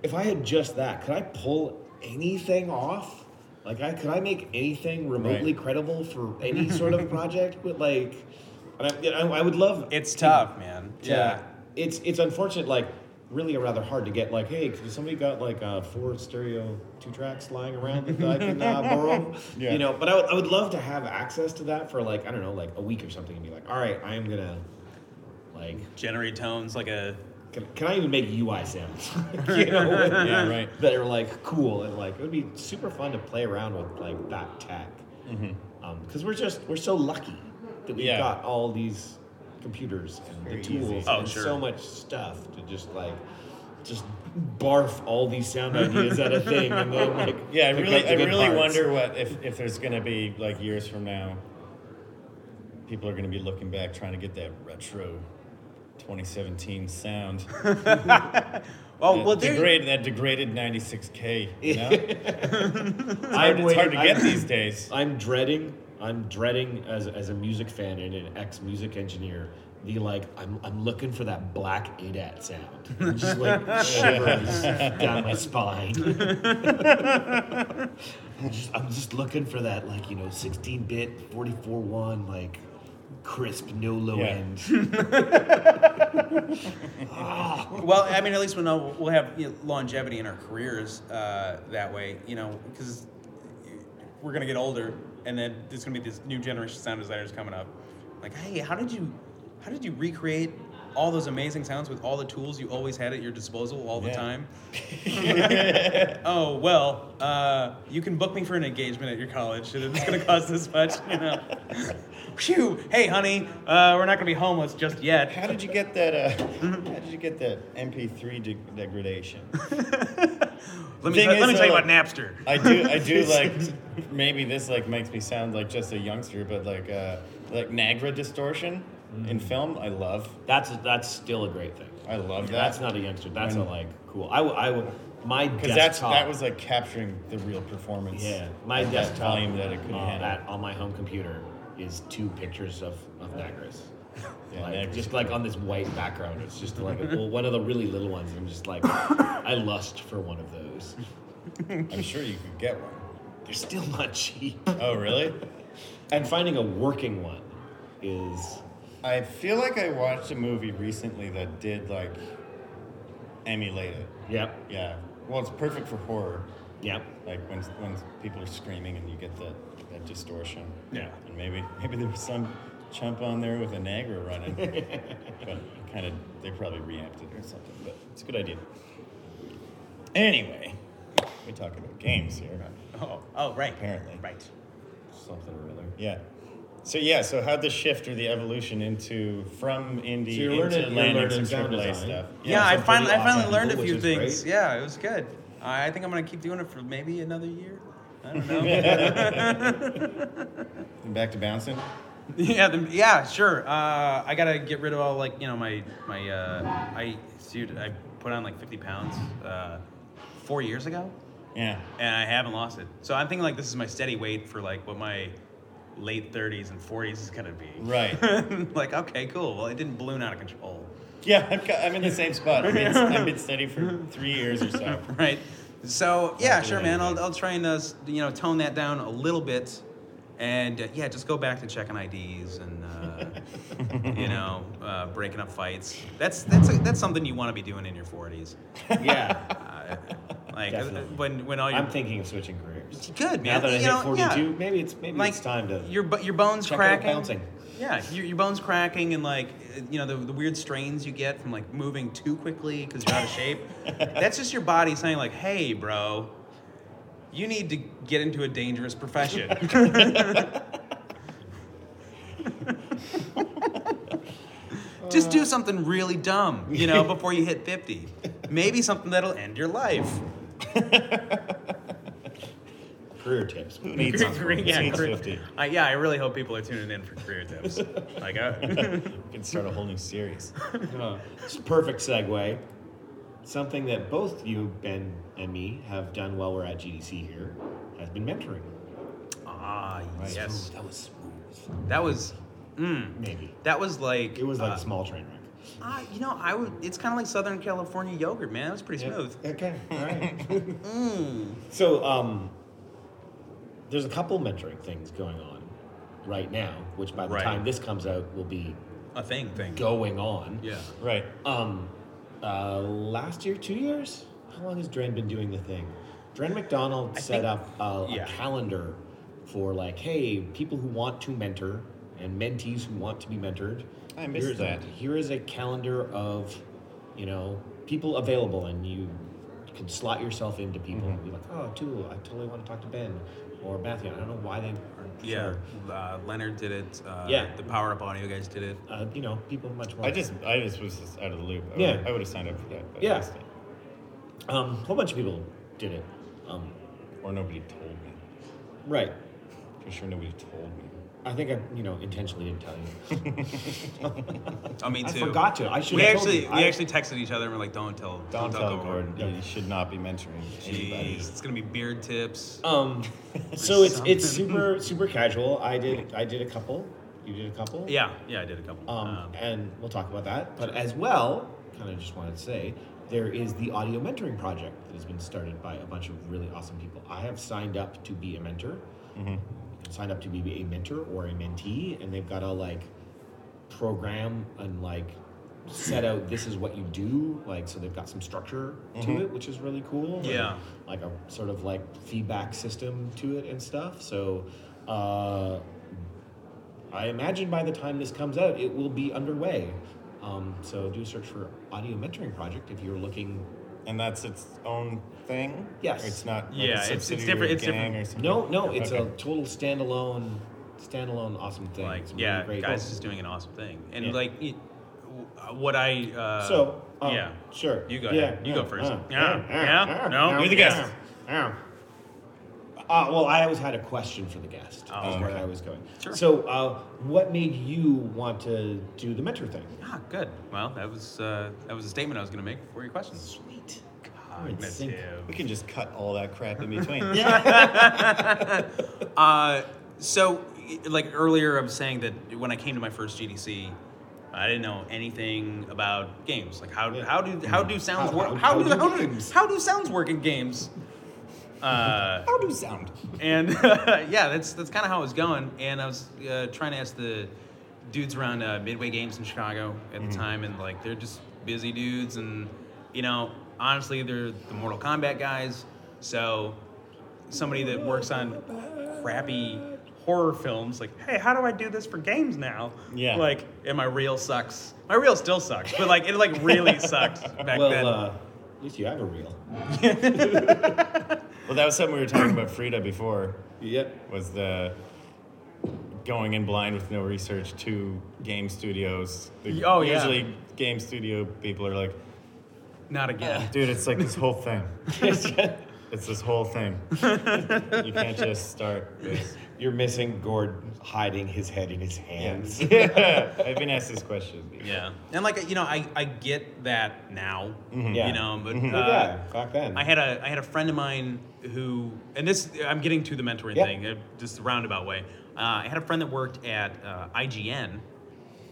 B: if I had just that could I pull anything off like I could I make anything remotely
C: Right.
B: credible for any sort of project with like and I, you know, I would love
D: It's tough, man.
B: to- it's it's unfortunate like really rather hard to get like hey could somebody got like uh, four stereo two tracks lying around that I can uh, borrow
C: Yeah.
B: you know but I would, I would love to have access to that for like I don't know like a week or something and be like all right I am gonna like
D: Generate tones like a
B: can, can I even make
C: [laughs]
B: UI sounds [laughs] you know
C: Yeah, right.
B: that are like cool and like it would be super fun to play around with like that tech because we're just we're so lucky that we've
C: Mm-hmm. Yeah.
B: got all these computers and
C: Very
B: the tools
C: easy.
D: Oh,
B: and
D: sure.
B: so much stuff to just like just barf all these sound ideas at a thing and then like
C: [laughs] Yeah, I
B: pick
C: really,
B: up the
C: I
B: good
C: really
B: parts.
C: wonder what if, if there's gonna be like years from now, people are gonna be looking back trying to get that retro 2017 [laughs] sound.
D: oh well,
C: that,
D: there-
C: degrade, that degraded 96K. [laughs] You know? it's,
B: I'm
C: hard, it's hard to
B: waiting-
C: get
B: I'm-
C: these days.
B: I'm dreading. I'm dreading as, as a music fan and an ex music engineer. The like, I'm, I'm looking for that black ADAT sound. It Just like shivers down my spine. [laughs] I'm, just, I'm just looking for that like you know 16 bit 44 one like crisp no low
C: Yeah.
B: end.
D: well, I mean, at least we'll know we'll have you know, longevity in our careers uh, that way, you know, because we're gonna get older, and then there's gonna be this new generation of sound designers coming up. Like, hey, how did you, how did you recreate all those amazing sounds with all the tools you always had at your disposal all the
C: Yeah.
D: time? oh well, uh, you can book me for an engagement at your college, and it's gonna cost this much, you
C: [laughs]
D: know. Phew. Hey, honey, uh, we're not gonna be homeless just yet.
C: [laughs] How did you get that? Uh, how did you get that MP3 de- degradation?
D: Let me,
C: Thing
D: let,
C: is,
D: me tell you
C: uh,
D: about Napster.
C: [laughs] I do, I do like. Maybe this like makes me sound like just a youngster, but like uh, like Niagara distortion in film, I love.
B: That's that's still a great thing.
C: I love that.
B: That's not a youngster. That's a
C: When-
B: like cool. I will- I will- my
C: because that's
B: desktop.
C: that was like capturing the real performance.
B: Oh. Yeah, my
C: at that
B: desktop
C: volume that it could
B: uh,
C: handle.
B: that on my home computer is two pictures of of Nagras.
C: Yeah,
B: like, [laughs]
C: Niagara's-
B: just like on this white background, it's just like well, one of the really little ones. and I'm just like, I lust for one of those.
C: I'm sure you could get one.
B: They're still not cheap,
C: Oh really?
B: and finding a working one is
C: I feel like I watched a movie recently that did like emulate it.
B: yep,
C: Yeah. Well, it's perfect for horror.
B: yep.
C: like when when people are screaming and you get that that distortion.
B: Yeah.
C: And maybe maybe there was some chump on there with a Niagara
B: [laughs]
C: running. but kind of, they probably reamped it or something, but it's a good idea. Anyway, we talk about games here,
D: Oh, oh, right.
C: apparently.
D: Right.
B: Something or other.
C: Yeah. So yeah, so how'd the shift or the evolution into from indie
B: So
C: into
B: you're learning- you're
C: landing
B: learning
C: some
B: sound
C: AAA
B: design.
C: stuff?
D: Yeah, I
B: some
D: finally,
B: pretty
D: I finally
B: awesome
D: learned a
B: people,
D: few
B: which is
D: things.
B: great.
D: Yeah, it was good. I I think I'm gonna keep doing it for maybe another year. I don't know.
B: [laughs]
D: [laughs]
C: And back to bouncing.
D: Yeah, the, yeah, sure. Uh, I gotta get rid of all like you know my my uh, I dude I put on like fifty pounds uh, four years ago,
C: Yeah.
D: and I haven't lost it. So I'm thinking like this is my steady weight for like what my late thirties and forties is gonna be.
C: Right.
D: [laughs] like okay, cool. Well, it didn't balloon out of control,
C: Yeah, I've got, I'm in the same spot. I've been, I've been steady
B: [laughs]
C: for three years or so.
D: [laughs] right? So yeah,
C: Not
D: sure,
C: doing
D: man. I'll
C: anything.
D: I'll try and uh, s- you know tone that down a little bit, and uh, yeah, just go back to checking IDs and.
B: [laughs]
D: Uh, you know, uh, breaking up fights. That's that's a, that's something you want to be doing in your 40s.
B: Yeah.
D: Uh, like uh,
B: Definitely.
D: when when all your
B: [laughs] I'm thinking of switching careers.
D: good
B: Now
D: man.
B: that I
D: you
B: hit
D: know,
B: 42,
D: yeah.
B: maybe it's maybe
D: like
B: it's time to
D: your bu- your bones
B: check out
D: cracking.
B: bouncing.
D: Yeah, your, your bones cracking and like uh, you know the, the weird strains you get from like moving too quickly because you're out
B: [laughs]
D: of shape. That's just your body saying like, hey, bro. You need to get into a
B: [laughs]
D: dangerous profession. Just
B: Uh.
D: do something really dumb, you know, before you hit 50. Maybe something that'll end your life.
B: career tips.
C: Who needs, who
D: Green- yeah,
C: needs
D: career-
C: 50? We
D: I, yeah, I really hope people are tuning in for career tips. like,
B: [laughs]
D: uh,
C: can start a whole new series.
B: Uh, it's a perfect segue. Something that both you, Ben, and me have done while we're at GDC here has been mentoring.
D: ah, yes,
B: Ooh, that was smooth.
D: that was, mm,
B: Maybe
D: that was like,
B: it was like
D: uh,
B: a small train wreck.
D: ah, you know, I would. It's kind of like Southern California yogurt, man. That was pretty smooth.
B: Okay. All right.
D: Mm.
B: So, um, there's a couple mentoring things going on right now, which by the
D: Right.
B: time this comes out will be
D: A thing, thing.
B: going on.
D: Yeah.
C: Right.
B: Um, uh, last year, two years? How long has Dren been doing the thing? Dren McDonald
D: I
B: set
D: think-
B: up a,
D: yeah.
B: a calendar for like, hey, people who want to mentor and mentees who want to be mentored.
C: I missed
B: here's-
C: that.
B: Here is a calendar of, you know, people available, and you can slot yourself into people and be like, oh, Tool, I totally want to talk to Ben or Matthew. I don't know why they aren't.
D: Yeah.
B: sure.
D: Uh, Leonard did it. Uh,
B: Yeah.
D: The Power Up Audio guys did it.
B: Uh, you know, people much more.
C: I just, I just was just out of the loop. I
B: Yeah.
C: Would, I would have signed up for that. But I
B: Yeah.
C: missed it.
B: Um, a whole bunch of people did it. Um,
C: Or nobody told me.
B: right.
C: For sure, nobody told me.
B: I think I, you know, intentionally didn't tell
D: [laughs]
B: you.
D: I mean,
B: I
D: too.
B: forgot to. I should.
D: We
B: have told
D: actually,
B: you.
D: we
B: I-
D: actually texted each other and we're like, don't tell,
C: Don't tell Gordon.
B: Gordon.
C: He should not be mentoring anybody.
D: Jeez, it's gonna be beard tips.
B: Um, so it's it's
D: Something.
B: super super casual. I did I did a couple. You did a couple.
D: Yeah, yeah, I did a couple.
B: Um, and we'll talk about that. But as well, kind of just wanted to say there is the audio mentoring project that has been started by a bunch of really awesome people. I have signed up to be a mentor. Signed up to be a mentor or a mentee, and they've got a like program and like set out this is what you do like so they've got some structure to it which is really cool and,
D: Mm-hmm. Yeah.
B: like a sort of like feedback system to it and stuff so uh I imagine by the time this comes out, it will be underway. Um, so do a search for Audio Mentoring Project if you're looking.
C: And that's its own thing?
B: Yes.
C: It's not like
D: Yeah,
C: a
D: it's- it's
C: subsidiary
D: different- it's
C: gang
D: different.
C: Or something?
B: No, no, it's a
C: Okay.
B: total standalone, standalone awesome thing.
D: like
B: It's
D: yeah
B: really great.
D: guys
B: Oh,
D: is doing an awesome thing and
B: Yeah.
D: like it, what i uh
B: so um,
D: yeah
B: sure.
D: You go
B: Yeah,
D: ahead. You go
B: yeah,
D: first.
B: uh,
D: Yeah,
B: uh,
D: yeah,
B: uh,
D: no,
B: uh,
D: you're the
B: uh,
D: guest.
B: uh. Uh, well, I always had a question for the guest.
D: Oh,
B: is where
D: okay.
B: I was going.
D: Sure.
B: So, uh, what made you want to do the mentor thing?
D: ah good well that was uh that was a statement i was gonna make before your questions sweet
B: sync.
D: cognitive
B: [laughs]
C: We can just cut all that crap in between.
D: Uh, so, y- like earlier, I was saying that when I came to my first GDC, I didn't know anything about games. Like how
B: Yeah. Hmm.
D: how do how do sounds
B: How-
D: work?
B: how-
D: How, do
B: how do
D: how do,
B: games?
D: how do sounds work in games? Uh,
C: How do sound?
D: and [laughs] yeah, that's that's kind of how it was going. And I was uh, trying to ask the dudes around uh, Midway Games in Chicago at
B: Mm-hmm.
D: the time, and like they're just busy dudes, and you know, honestly, they're the Mortal Kombat guys. So somebody that works on crappy horror films. Like, hey, how do I do this for games now?
C: Yeah.
D: Like, and my reel sucks. My reel still sucks, but like it like
B: [laughs]
D: really sucked back then.
B: Well, uh, at least you have a reel.
C: Well, that was something we were talking about Frida before.
B: Yep.
C: Was the going in blind with no research to game studios? The-
D: Oh, yeah.
C: Usually, game studio people are like,
D: Not again.
C: dude, it's like this whole thing. it's this whole thing. you can't just start.
D: [laughs]
C: This.
B: [laughs] You're missing Gord hiding his head in his hands.
C: I've been asked this question.
D: yeah. And like you know, I I get that now.
B: [laughs] Mm-hmm. Yeah.
D: You know, but
B: Look at
D: uh,
B: that, back then.
D: I had a I had a friend of mine who, and this I'm getting to the mentoring
B: Yeah.
D: thing, uh, just the roundabout way. Uh, I had a friend that worked at uh, IGN,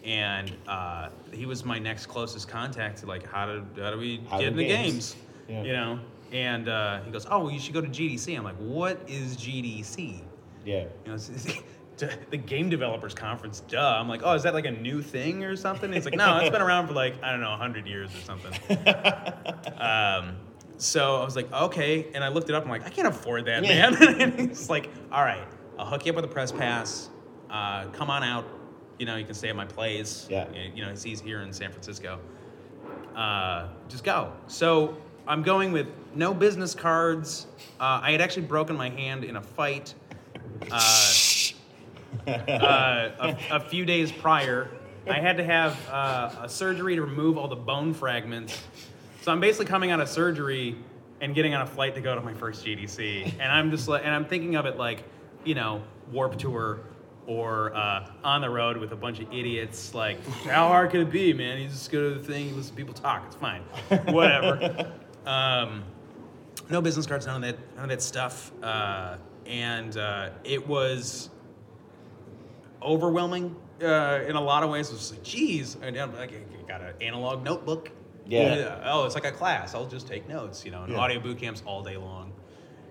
D: and uh, he was my next closest contact to like how do how do we
B: How
D: get
B: do
D: in the
B: games.
D: games,
B: Yeah.
D: you know? And uh, he goes, oh, well, you should go to GDC. I'm like, what is GDC?
B: yeah.
D: You know, [laughs] it's, it's- d- the game developers conference, duh. I'm like, oh, is that like a new thing or something? It's like, no, it's been around for like I don't know, hundred years or something. um, so I was like, okay, and I looked it up. I'm like, I can't afford that,
C: Yeah.
D: man. [laughs] and he's like, all right, I'll hook you up with a press pass. Uh, come on out. You know, you can stay at my place.
B: Yeah.
D: You know, he's here in San Francisco uh, just go. So I'm going with no business cards. Uh, I had actually broken my hand in a fight uh, uh, a, a few days prior. I had to have uh, a surgery to remove all the bone fragments. So I'm basically coming out of surgery and getting on a flight to go to my first GDC, and I'm just like, and I'm thinking of it like, you know, Warp Tour. Or uh, on the road with a bunch of idiots. Like, how hard could it be, man? You just go to the thing, you listen to people talk. It's fine, whatever. um, no business cards, none of that, none of that stuff. Uh, and uh, it was overwhelming uh, in a lot of ways. It was like, geez, and I'm like, I got an analog notebook.
B: Yeah.
D: Oh, it's like a class. I'll just take notes, you know, and
C: Yeah.
D: audio boot camps all day long.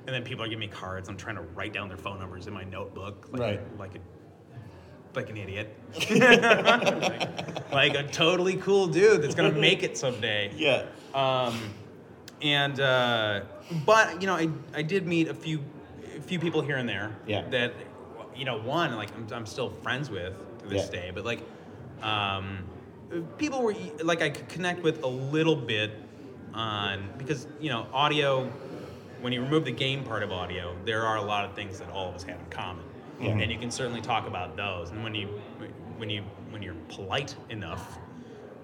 D: And then people are giving me cards. I'm trying to write down their phone numbers in my notebook, like,
C: Right.
D: like a like an idiot, [laughs] like, like a totally cool dude that's gonna make it someday.
C: [laughs] Yeah.
D: Um, and uh, but you know, I, I did meet a few a few people here and there.
B: Yeah.
D: That you know, one like I'm, I'm still friends with to this
B: Yeah.
D: day, but like, um, people were like I could connect with a little bit on because you know audio. When you remove the game part of audio, there are a lot of things that all of us have in common,
B: Yeah.
D: and you can certainly talk about those. And when you when you when you're polite enough,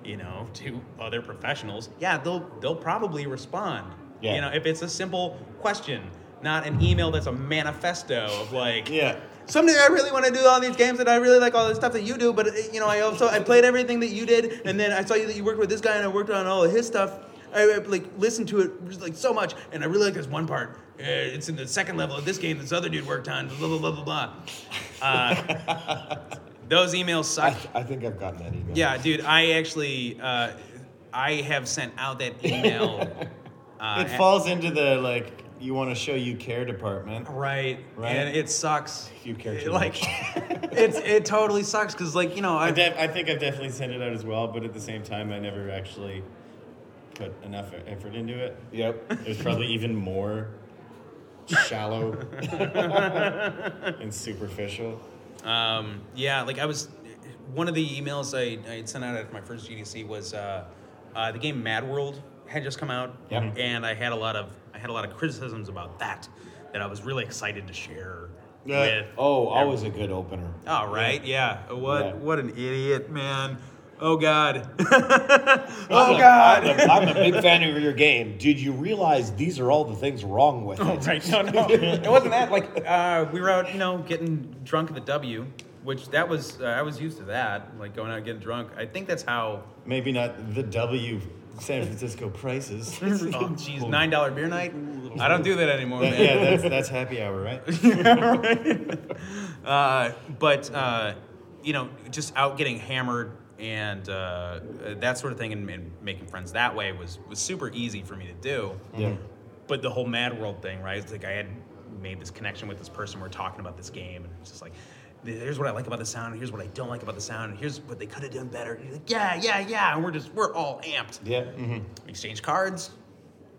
D: you [laughs] know, to other professionals, yeah, they'll they'll probably respond.
B: Yeah.
D: You know, if it's a simple question, not an email that's a manifesto of like,
C: Yeah.
D: someday I really want to do all these games and I really like all the stuff that you do, but uh, you know, I also I played everything that you did, and then I saw you that you worked with this guy and I worked on all of his stuff. I uh, like listened to it just, like so much, and I really like this one part. Uh, it's in the second level of this game this other dude worked on. Blah blah blah blah blah. Uh, [laughs] those emails
B: I,
D: suck.
B: I think I've gotten that email.
D: Yeah, dude, I actually uh, I have sent out that email. uh,
C: It falls into the like you want to show you care department.
D: right,
C: Right.
D: and it sucks.
B: You care
D: It,
B: too
D: like [laughs] it's it totally sucks because like you know
C: I,
D: I
C: def- I think I've definitely sent it out as well, but at the same time, I never actually put enough e- effort into it.
B: Yep.
C: It was probably even more shallow and superficial.
D: um yeah like I was one of the emails I, I had sent out at my first GDC was uh, uh, the game Mad World had just come out.
B: Yep.
D: and I had a lot of I had a lot of criticisms about that that I was really excited to share.
C: Yeah.
D: With
B: Oh, always a good opener.
D: Oh right, yeah. What
B: Yeah.
D: what an idiot, man. Oh god. [laughs]
B: I'm
D: oh
B: a-
D: god.
B: I'm a- I'm a big fan of your game. Did you realize these are all the things wrong with it?
D: Right, no, no. It wasn't that. Like uh, we were out, you know, getting drunk at the W, which that was uh, I was used to that, like going out and getting drunk. I think that's how.
C: [laughs]
D: [laughs]
C: Maybe not the W San Francisco prices.
D: Oh, jeez, nine dollar beer night. I don't do that anymore, man.
C: yeah, that's, that's happy hour, right?
D: Uh, but uh, you know, just out getting hammered and uh, uh, that sort of thing, and, and making friends that way was was super easy for me to do.
B: Yeah.
D: But the whole Mad World thing, right? It's like I had made this connection with this person. We're talking about this game, and it's just like, here's what I like about the sound, and here's what I don't like about the sound, and here's what they could have done better. And you're like, yeah, yeah, yeah, and we're just we're all amped.
B: Yeah.
D: We exchange cards,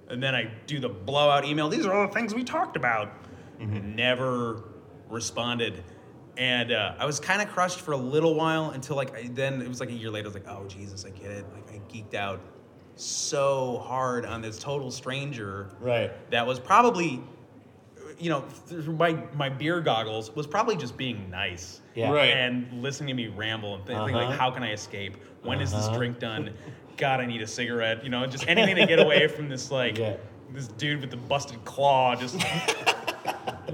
D: and then I do the blowout email. These are all the things we talked about. Never responded, And uh, I was kind of crushed for a little while until like I, then it was like a year later. I was like, oh Jesus, I get it. Like I geeked out so hard on this total stranger
C: Right.
D: that was probably, you know, through my my beer goggles was probably just being nice.
B: Yeah.
C: Right.
D: And listening to me ramble and think
B: Uh-huh.
D: like, how can I escape? When is this drink done? God, I need a cigarette. You know, just anything to
B: [laughs]
D: get away from this like
B: Yeah.
D: this dude with the busted claw just [laughs]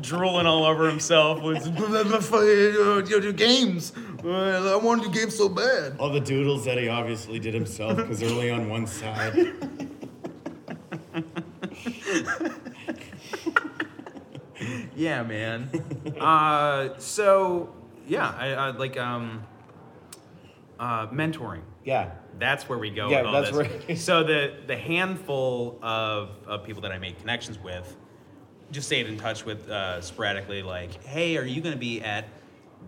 D: drooling all over himself with [laughs] games. Uh, I want to do games so bad.
C: All the doodles that he obviously did himself because they're only on one side.
B: [laughs]
D: Yeah, man. uh, so yeah, I, I like um, uh, mentoring.
B: Yeah.
D: That's where we go.
B: Yeah,
D: with all
B: that's
D: this.
B: where-
D: so the the handful of, of people that I make connections with, just stayed in touch with uh, sporadically. Like, hey, are you going to be at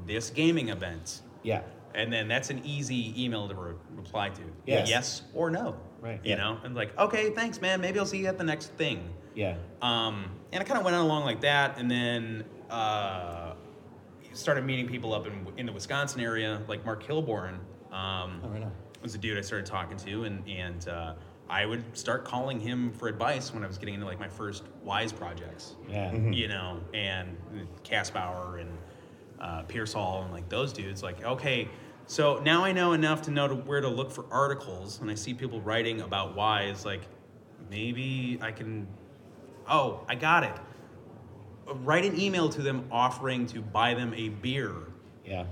D: this gaming event?
B: Yeah.
D: And then that's an easy email to re- reply to.
B: Yes.
D: or no.
B: Right.
D: You
B: Yeah.
D: know, and like, okay, thanks, man. Maybe I'll see you at the next thing.
B: Yeah.
D: Um, and I kind of went on along like that, and then uh, started meeting people up in, in the Wisconsin area, like Mark Kilborn. Um,
B: Oh, right on.
D: was a dude I started talking to, and and uh, I would start calling him for advice when I was getting into like my first Wise projects,
B: Yeah.
D: you know, and Casbauer and uh, Pierce Hall and like those dudes. Like, okay, so now I know enough to know to where to look for articles, and I see people writing about Wise. Like, maybe I can. Oh, I got it. Write an email to them offering to buy them a beer [laughs]
B: Yeah.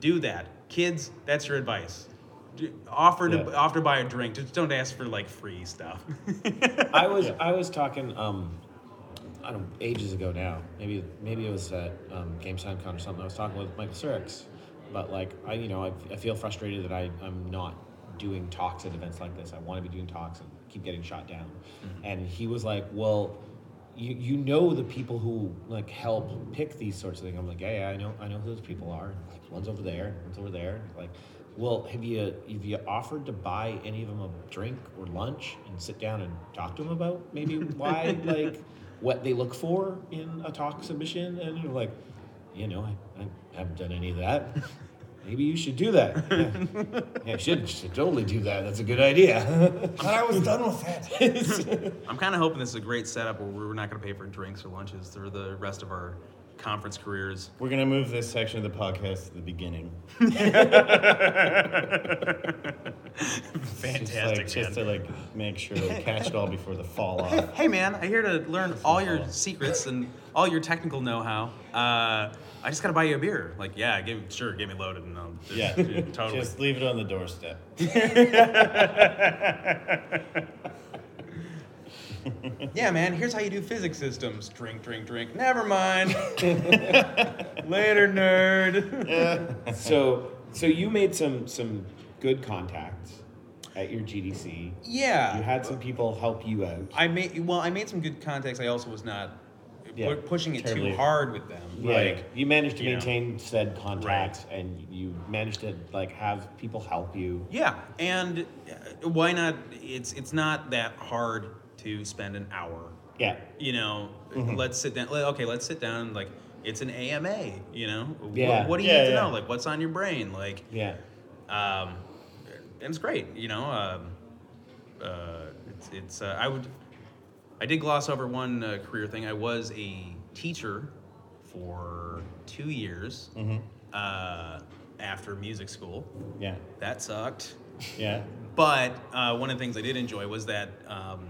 D: do that. Kids, that's your advice. Do- Offer to
B: Yeah.
D: offer to buy a drink. Just don't ask for like free stuff. [laughs]
B: I was I was talking um, I don't ages ago now. Maybe maybe it was at um, GameStime Con or something. I was talking with Michael Surix, but like I you know I, I feel frustrated that I I'm not doing talks at events like this. I want to be doing talks and keep getting shot down. And he was like, well. You, you know the people who like help pick these sorts of things. I'm like, yeah, yeah, I know I know who those people are. Like one's over there, one's over there. Like, well, have you have you offered to buy any of them a drink or lunch and sit down and talk to them about maybe why like what they look for in a talk submission? And you're like, you know, I, I haven't done any of that. [laughs] Maybe you should do that. [laughs] Yeah, yeah you should, should totally do that. That's a good idea. [laughs]
C: I was done with that.
D: I'm kind of hoping this is a great setup where we're not going to pay for drinks or lunches through the rest of our conference careers.
C: We're gonna move this section of the podcast to the beginning. Just, like,
D: Fantastic,
C: just to
D: man.
C: like make sure we catch it all before the fall off.
D: [laughs] Hey man, I'm here to learn all your secrets and all your technical know-how. Uh, I just gotta buy you a beer. Like, yeah, give, sure, get me loaded, and I'll
C: Yeah,
D: totally.
C: Just leave it on the doorstep.
D: Yeah, man, here's how you do physics systems. Drink, drink, drink. Never mind. Later, nerd.
B: so so you made some some good contacts at your GDC.
D: Yeah.
B: You had some people help you out.
D: I made well, I made some good contacts. I also was not pu-
B: Yeah,
D: pushing it
C: terribly.
D: too hard with them.
B: Like
D: Like
B: you managed to
D: you know.
B: maintain said contacts, and you managed to like have people help you.
D: yeah, and uh, why not? It's it's not that hard to spend an hour.
B: Yeah.
D: You know, let's sit down. let- Okay, let's sit down. Like it's an AMA. You know, Wh-
B: Yeah.
D: What, do you
C: Yeah,
D: need to
C: yeah.
D: know? Like what's on your brain? Like
B: Yeah.
D: um, and it's great. You know, um, uh, it's, it's uh, I would I did gloss over one uh, career thing. I was a teacher for two years uh, after music school.
C: Yeah,
D: That sucked.
C: yeah.
D: But uh, one of the things I did enjoy was that um,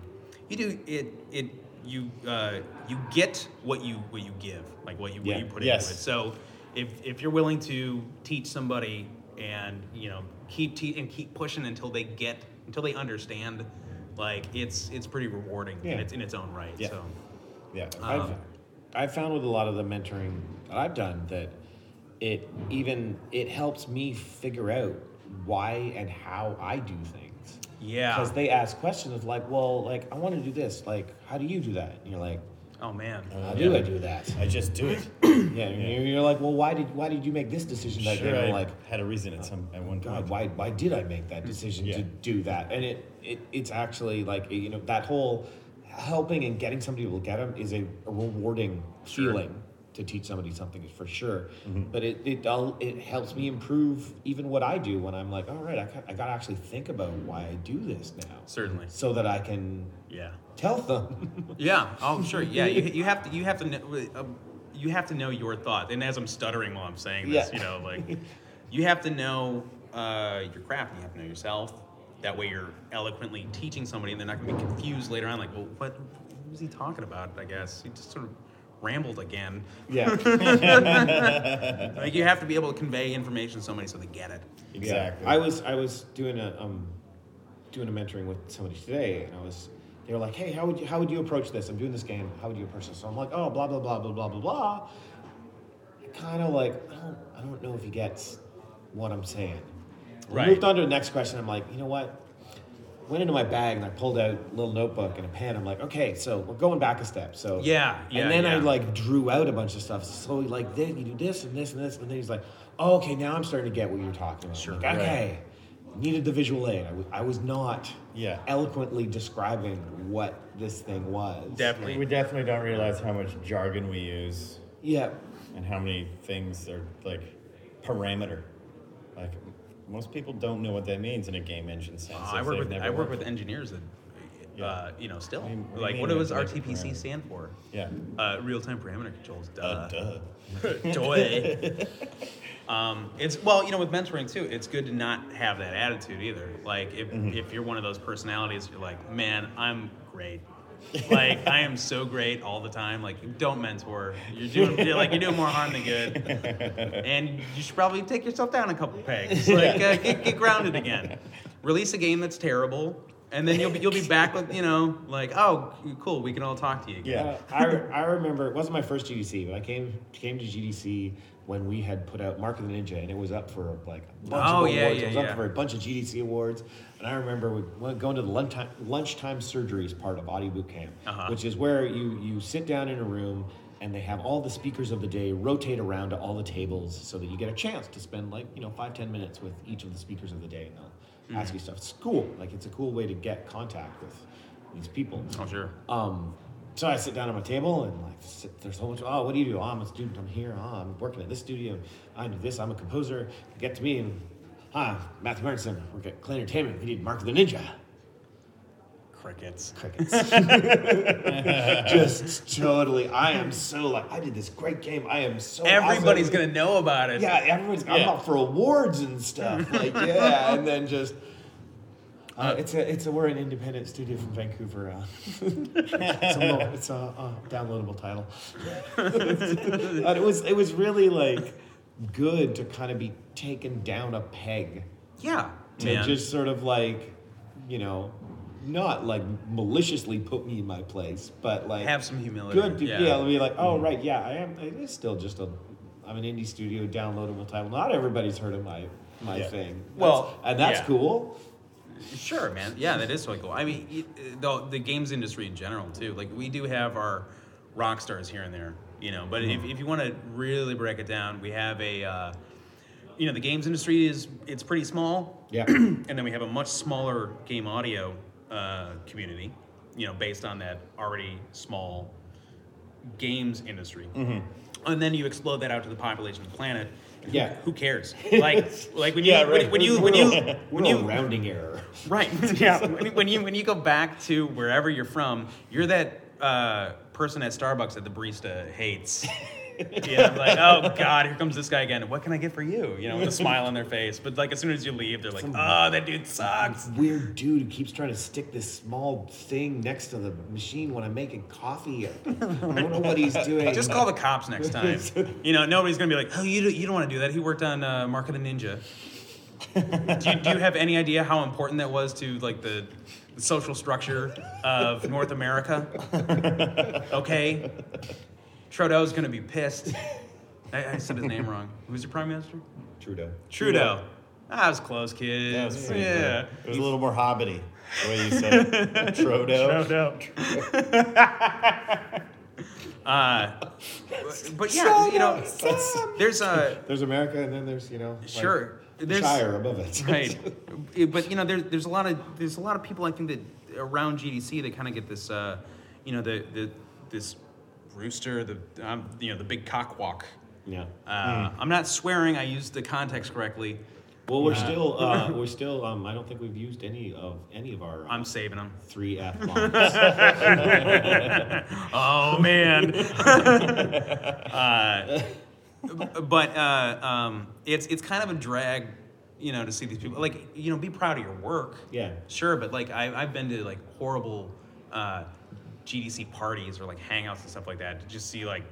D: you do it. It you uh, you get what you what you give, like what you
B: Yeah.
D: what you put
C: Yes.
D: into it. So if if you're willing to teach somebody and you know keep te- and keep pushing until they get until they understand, like it's it's pretty rewarding
B: Yeah.
D: and it's in its own right.
C: Yeah.
D: So
C: Yeah.
B: I've I've found with a lot of the mentoring that I've done that it even it helps me figure out why and how I do things.
C: Ah.
D: Yeah.
B: Because they ask questions of like, well, like I want to do this. Like, how do you do that? And you're like,
D: oh man,
C: yeah.
B: how do I do that?
C: [coughs] I just do it.
D: [clears throat]
B: Yeah. And you're- you're like, well, why did why did you make this decision? Like,
C: sure,
B: and
C: I
B: I'm like,
C: had a reason at some at one point.
B: God, why why did I make that decision
C: Yeah.
B: to do that? And it, it it's actually like you know that whole helping and getting somebody to look at them is a, a rewarding feeling. to teach somebody something for sure. But it it all, it helps me improve even what I do when I'm like, all right, I got, I got to actually think about why I do this now,
D: Certainly.
B: so that I can
D: Yeah.
B: tell them. [laughs]
D: Yeah. Oh,
C: [laughs]
D: sure. Yeah. You, you have to. You have to. Know, uh, you have to know your thought. And as I'm stuttering while I'm saying this,
B: Yeah.
D: you know,
C: [laughs]
D: like you have to know uh, your craft. You have to know yourself. That way, you're eloquently teaching somebody, and they're not going to be confused later on. Like, well, what, what was he talking about? I guess he just sort of rambled again.
B: yeah,
D: Like, you have to be able to convey information to somebody so they get it.
C: Exactly.
B: I was I was doing a um, doing a mentoring with somebody today, and I was they were like, hey, how would you how would you approach this? I'm doing this game. How would you approach this? So I'm like, oh, blah blah blah blah blah blah blah. Kind of like I don't I don't know if he gets what I'm saying.
D: Right.
B: We moved on to the next question. I'm like, you know what? Went into my bag and I pulled out a little notebook and a pen. I'm like, okay, so we're going back a step. So
D: Yeah, yeah,
B: And then I
D: yeah.
B: like drew out a bunch of stuff. So like then you do this and this and this, and then he's like, oh, okay, now I'm starting to get what you're talking about.
D: Sure.
B: Like, okay. Needed the visual aid. I w- I was not
C: Yeah.
B: eloquently describing what this thing was.
D: Definitely.
C: we definitely don't realize how much jargon we use
B: Yeah.
C: and how many things are like parameter. Like most people don't know what that means in a game engine sense.
D: Uh, I
C: if
D: work
C: they've
D: with
C: never
D: I work
C: worked
D: with engineers that,
C: Yeah.
D: uh, you know, still
C: What do you- what do you
D: like
C: mean
D: what
C: with
D: does
C: like
D: RTPC
C: parameter?
D: stand for?
C: Yeah.
D: Uh, Real time parameter controls. Duh.
C: Uh, duh.
D: [laughs] Joy. um, it's well, you know, with mentoring too, it's good to not have that attitude either. Like if
C: Mm-hmm.
D: if you're one of those personalities, you're like, man, I'm great. like I am so great all the time. Like don't mentor. You're doing you're like you're doing more harm than good, and you should probably take yourself down a couple pegs. Like uh, get, get grounded again. Release a game that's terrible, and then you'll be, you'll be back with you know like oh cool we can all talk to you again.
C: Yeah.
B: Uh, I, [laughs] I remember it wasn't my first GDC, but I came came to GDC when we had put out Mark of the Ninja, and it was up for like a bunch
D: Oh,
B: of awards.
D: yeah, yeah,
B: it was
D: yeah.
B: up for a bunch of GDC awards, and I remember we went, going to the lunchtime lunchtime surgeries part of Audio Boot Camp,
D: Uh-huh.
B: which is where you you sit down in a room. And they have all the speakers of the day rotate around to all the tables so that you get a chance to spend like, you know, five, ten minutes with each of the speakers of the day and they'll
D: Mm-hmm.
B: ask you stuff. It's cool. Like it's a cool way to get contact with these people.
D: Oh sure.
B: Um, so I sit down at my table and like, sit, there's so much. Oh, what do you do? Oh, I'm a student. I'm here. Oh, I'm working at this studio. I do this. I'm a composer. Get to me and hi, I'm Matthew Martinson. Work at Clay Entertainment. We need Mark the Ninja.
D: Crickets.
B: Crickets. [laughs] Just totally. I am so like. I did this great game. Oh, I am so.
D: Everybody's
B: awesome.
D: gonna know about it.
B: Yeah, everybody's. I'm
C: Yeah.
B: up for awards and stuff. Like yeah, and then just. Uh, it's a it's a we're an independent studio from Vancouver. Uh, [laughs] it's a, mo- it's a, uh downloadable
D: [laughs]
B: title. but it was it was really like good to kind of be taken down a peg
D: Yeah.
B: to
D: Man.
B: just sort of like you know not like maliciously put me in my place, but like
D: have some humility.
B: good to be able to be like, oh right, yeah, I am. It is still just a, I'm an indie studio downloadable title. Not everybody's heard of my my
C: Yeah.
B: thing. That's-
D: Well,
B: and that's
D: yeah.
B: cool.
D: Sure, man. Yeah, that is really cool. I mean, it- the the games industry in general too. Like we do have our rock stars here and there, you know. But
B: Mm-hmm.
D: if, if you want to really break it down, we have a, uh, you know, the games industry is it's pretty small.
B: Yeah. [laughs]
D: [clears throat] and then we have a much smaller game audio uh, community, you know, based on that already small games industry.
B: Mm-hmm.
D: And then you explode that out to the population of the planet. and who-
B: Yeah. [laughs]
D: Who cares? Like, like when you,
C: Yeah,
D: when,
C: right.
D: when you, when you,
B: We're
D: when
B: a
D: you,
B: rounding error.
D: Right. Yeah. when, you- when you when you go back to wherever you're from, you're that uh, person at Starbucks that the barista hates. yeah, I'm like, oh God, here comes this guy again. What can I get for you? You know, with a smile on their face. But like, as soon as you leave, they're like, oh, that dude sucks.
B: Weird dude who keeps trying to stick this small thing next to the machine when I'm making coffee. I don't know what [laughs] he's doing.
D: Just call the cops next time. [laughs] You know, nobody's gonna be like, oh, you don't, you don't want to do that. He worked on uh, Mark of the Ninja. do, you, do you have any idea how important that was to like the social structure of North America? Okay, Trudeau's gonna be pissed. I, I said his name wrong. Who's your prime minister?
B: Trudeau.
D: Trudeau. Ah, I was close, kid.
C: That was pretty
D: yeah.
C: good. It was a little more hobbity the way you
D: [laughs]
C: said it. Trodo.
D: Uh, but- but yeah, you know, there's a
B: There's America, and then there's you know like
D: Sure. There's-
B: Shire above [laughs] it.
D: right [laughs] It- but you know there's there's a lot of there's a lot of people i think that around gdc they kind of get this uh you know the the this rooster, the um, you know the big cock walk.
B: Yeah.
D: Uh, I'm not swearing. I used the context correctly.
B: Well, we're still uh, [laughs] we're still. Um, I don't think we've used any of any of our uh,
D: I'm saving them.
B: three [laughs] F bombs.
D: Oh man. [laughs] uh, but uh, um, it's it's kind of a drag, you know, to see these people. Like you know, be proud of your work.
B: Yeah.
D: Sure, but like I, I've been to like horrible uh, GDC parties or like hangouts and stuff like that to just see like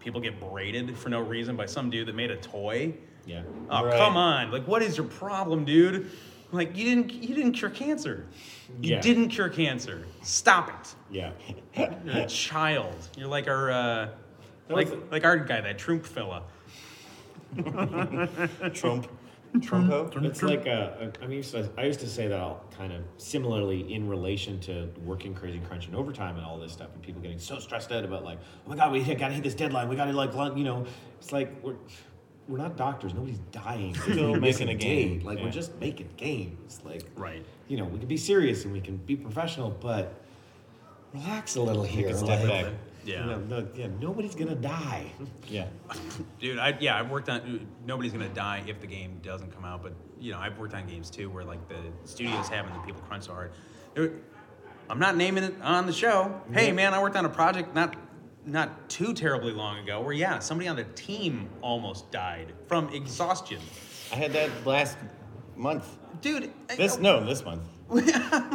D: people get braided for no reason by some dude that made a toy.
B: yeah.
D: Oh
C: Right.
D: come on! Like what is your problem, dude? Like you didn't you didn't cure cancer. You
B: Yeah.
D: didn't cure cancer. Stop it.
C: [laughs]
B: Yeah.
D: You're a child. You're like our, uh,
B: That
D: like
B: was-
D: like our guy, that Trump fella.
C: Trump. Trumpo?
B: It's like a, a, I mean, I used to- I used to say that all kind of similarly in relation to working crazy and crunch and overtime and all this stuff, and people getting so stressed out about like, oh my god, we hit- gotta hit this deadline, we gotta like, you know, it's like we're we're not doctors, nobody's dying,
C: Still
B: We miss
C: making a game.
B: like
C: Yeah.
B: we're just making games, like
D: Right.
B: you know, we can be serious and we can be professional, but relax a little here.
C: a step
B: like,
C: back.
D: Yeah.
B: no, no, yeah, nobody's gonna die.
C: Yeah.
D: Dude, I yeah, I've worked on. Nobody's gonna die if the game doesn't come out, but you know, I've worked on games too where like the studios have and the people crunch so hard. There- I'm not naming it on the show. Hey, man, I worked on a project not not too terribly long ago where yeah, somebody on the team almost died from exhaustion.
C: I had that last month.
D: Dude, I-
C: This no, this month.
D: I'm [laughs]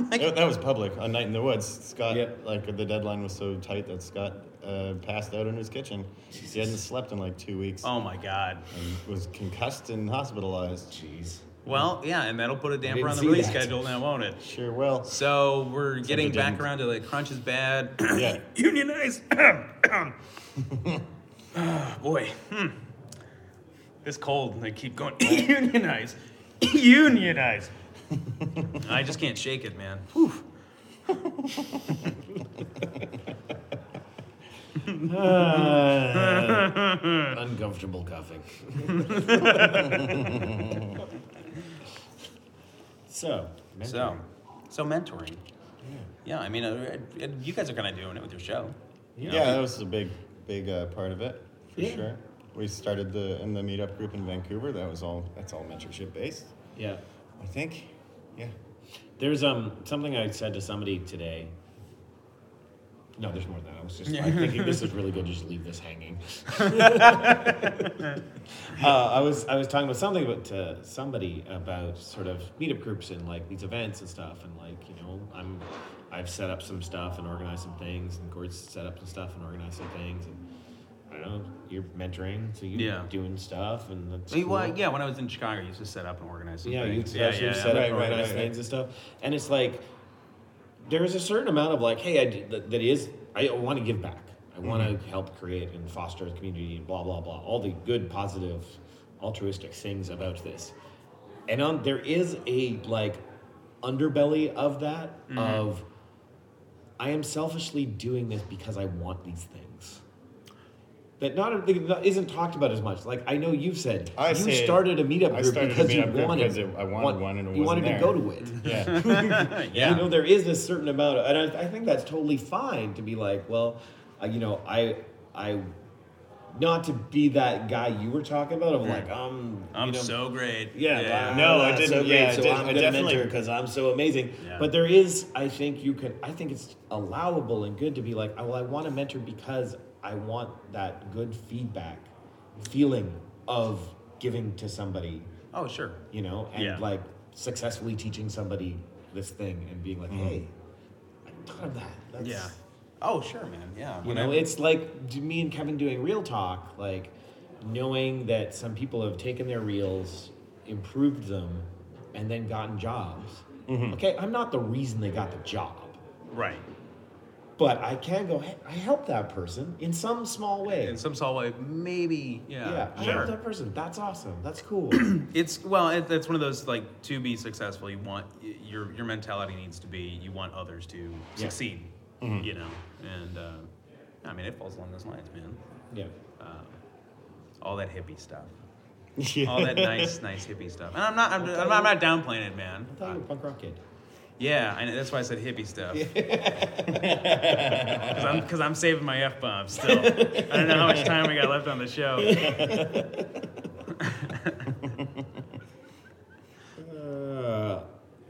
D: like,
C: That that was public on Night in the Woods. Scott,
B: Yep.
C: like the deadline was so tight that Scott uh, passed out in his kitchen. He hadn't slept in like two weeks.
D: oh my god.
C: And was concussed and hospitalized.
B: Jeez.
D: Well, yeah, and that'll put a damper
B: didn't
D: on the
B: see
D: release
B: that.
D: schedule now, won't it?
C: Sure will.
D: So we're getting
C: it
D: back
C: didn't.
D: around to like crunch is bad. [clears throat]
C: Yeah.
D: Unionize. [coughs] Ah, boy, hmm. it's cold, and they keep going. [coughs] Unionize, unionize. [laughs] I just can't shake it, man. Whew.
C: [laughs]
B: Uncomfortable coughing. so,
D: So,
B: mentoring.
D: so mentoring. Yeah, I mean, uh, uh, you guys are kind of doing it with your show.
C: Yeah, that was a big, big uh, part of it for
B: Yeah.
C: sure. We started the in the meetup group in Vancouver. That was all. That's all mentorship based.
B: yeah,
C: I think.
B: [laughs]
C: Yeah.
B: there's um something I said to somebody today. No, there's more than that. I was just
D: Yeah.
B: like thinking this is really good. Just leave this
D: [laughs]
B: hanging. uh, I was I was talking about something about to somebody about sort of meetup groups and like these events and stuff and like you know I'm I've set up some stuff and organized some things and Gord's set up some stuff and organized some things and I don't know you're mentoring so you
D: Yeah.
B: doing stuff and that's
D: I mean, well,
B: cool.
D: yeah, when I was in Chicago, I used to set up and organize. some
B: Yeah, you
D: things.
B: actually set up
C: Right, right,
B: organized
C: right, right.
B: things and stuff, and it's like there's a certain amount of like, hey, I did, that, that is I want to give back. I want to
C: Mm-hmm.
B: help create and foster a community and blah blah blah. All the good, positive, altruistic things about this, and on there is a like underbelly of that
C: Mm-hmm.
B: of I am selfishly doing this because I want these things. That not that isn't talked about as much. Like I know you've said
C: I
B: you
C: say-
B: started a meetup
C: I
B: group
C: started a
B: because you
C: meetup group
B: wanted
C: because it- I wanted one and it
B: you wanted
C: wasn't
B: to go
C: there. Mm-hmm.
B: to it.
C: Yeah.
D: yeah.
B: You know, there is a certain amount, of, and I, I think that's totally fine to be like, well, uh, you know, I, I, not to be that guy you were talking about of
C: Mm-hmm.
B: like, um,
D: I'm
B: you know,
D: so great.
B: yeah, blah,
C: No,
B: blah,
C: I
B: blah,
C: didn't-
B: So great,
C: yeah, I
B: so
C: didn't-
B: I'm
C: I
B: gonna
C: definitely-
B: mentor because I'm so amazing.
D: Yeah.
B: But there is, I think you can, I think it's allowable and good to be like, oh, well, I want to mentor because I want that good feedback, feeling of giving to somebody
D: Oh, sure.
B: you know, and
D: Yeah.
B: like successfully teaching somebody this thing and being like,
C: Mm-hmm.
B: hey, I thought of that. That's,
D: Yeah. Oh, sure, man. Yeah.
B: You know, it's like d- me and Kevin doing real talk, like knowing that some people have taken their reels, improved them, and then gotten jobs. Okay, I'm not the reason they got the job,
D: right.
B: but I can go, hey, I helped that person in some small way.
D: In some small way, maybe.
B: yeah,
D: Yeah.
B: I
D: sure.
B: helped that person. That's awesome. That's [clears throat] cool.
D: It's well, it, that's one of those like to be successful. You want y- your your mentality needs to be you want others to
B: Yeah.
D: succeed. You know, and uh, I mean it falls along those lines, man.
B: yeah.
D: All that hippie stuff.
C: yeah.
D: All that nice, nice hippie stuff. And I'm not, I'm, I'm, not- I'm not downplaying it, man. Uh,
B: I thought you were a punk rock kid.
D: Yeah, I know, that's why I said hippie stuff. [laughs] Because I'm, saving my F bombs still. I don't know how much time we got left on the show.
B: Uh,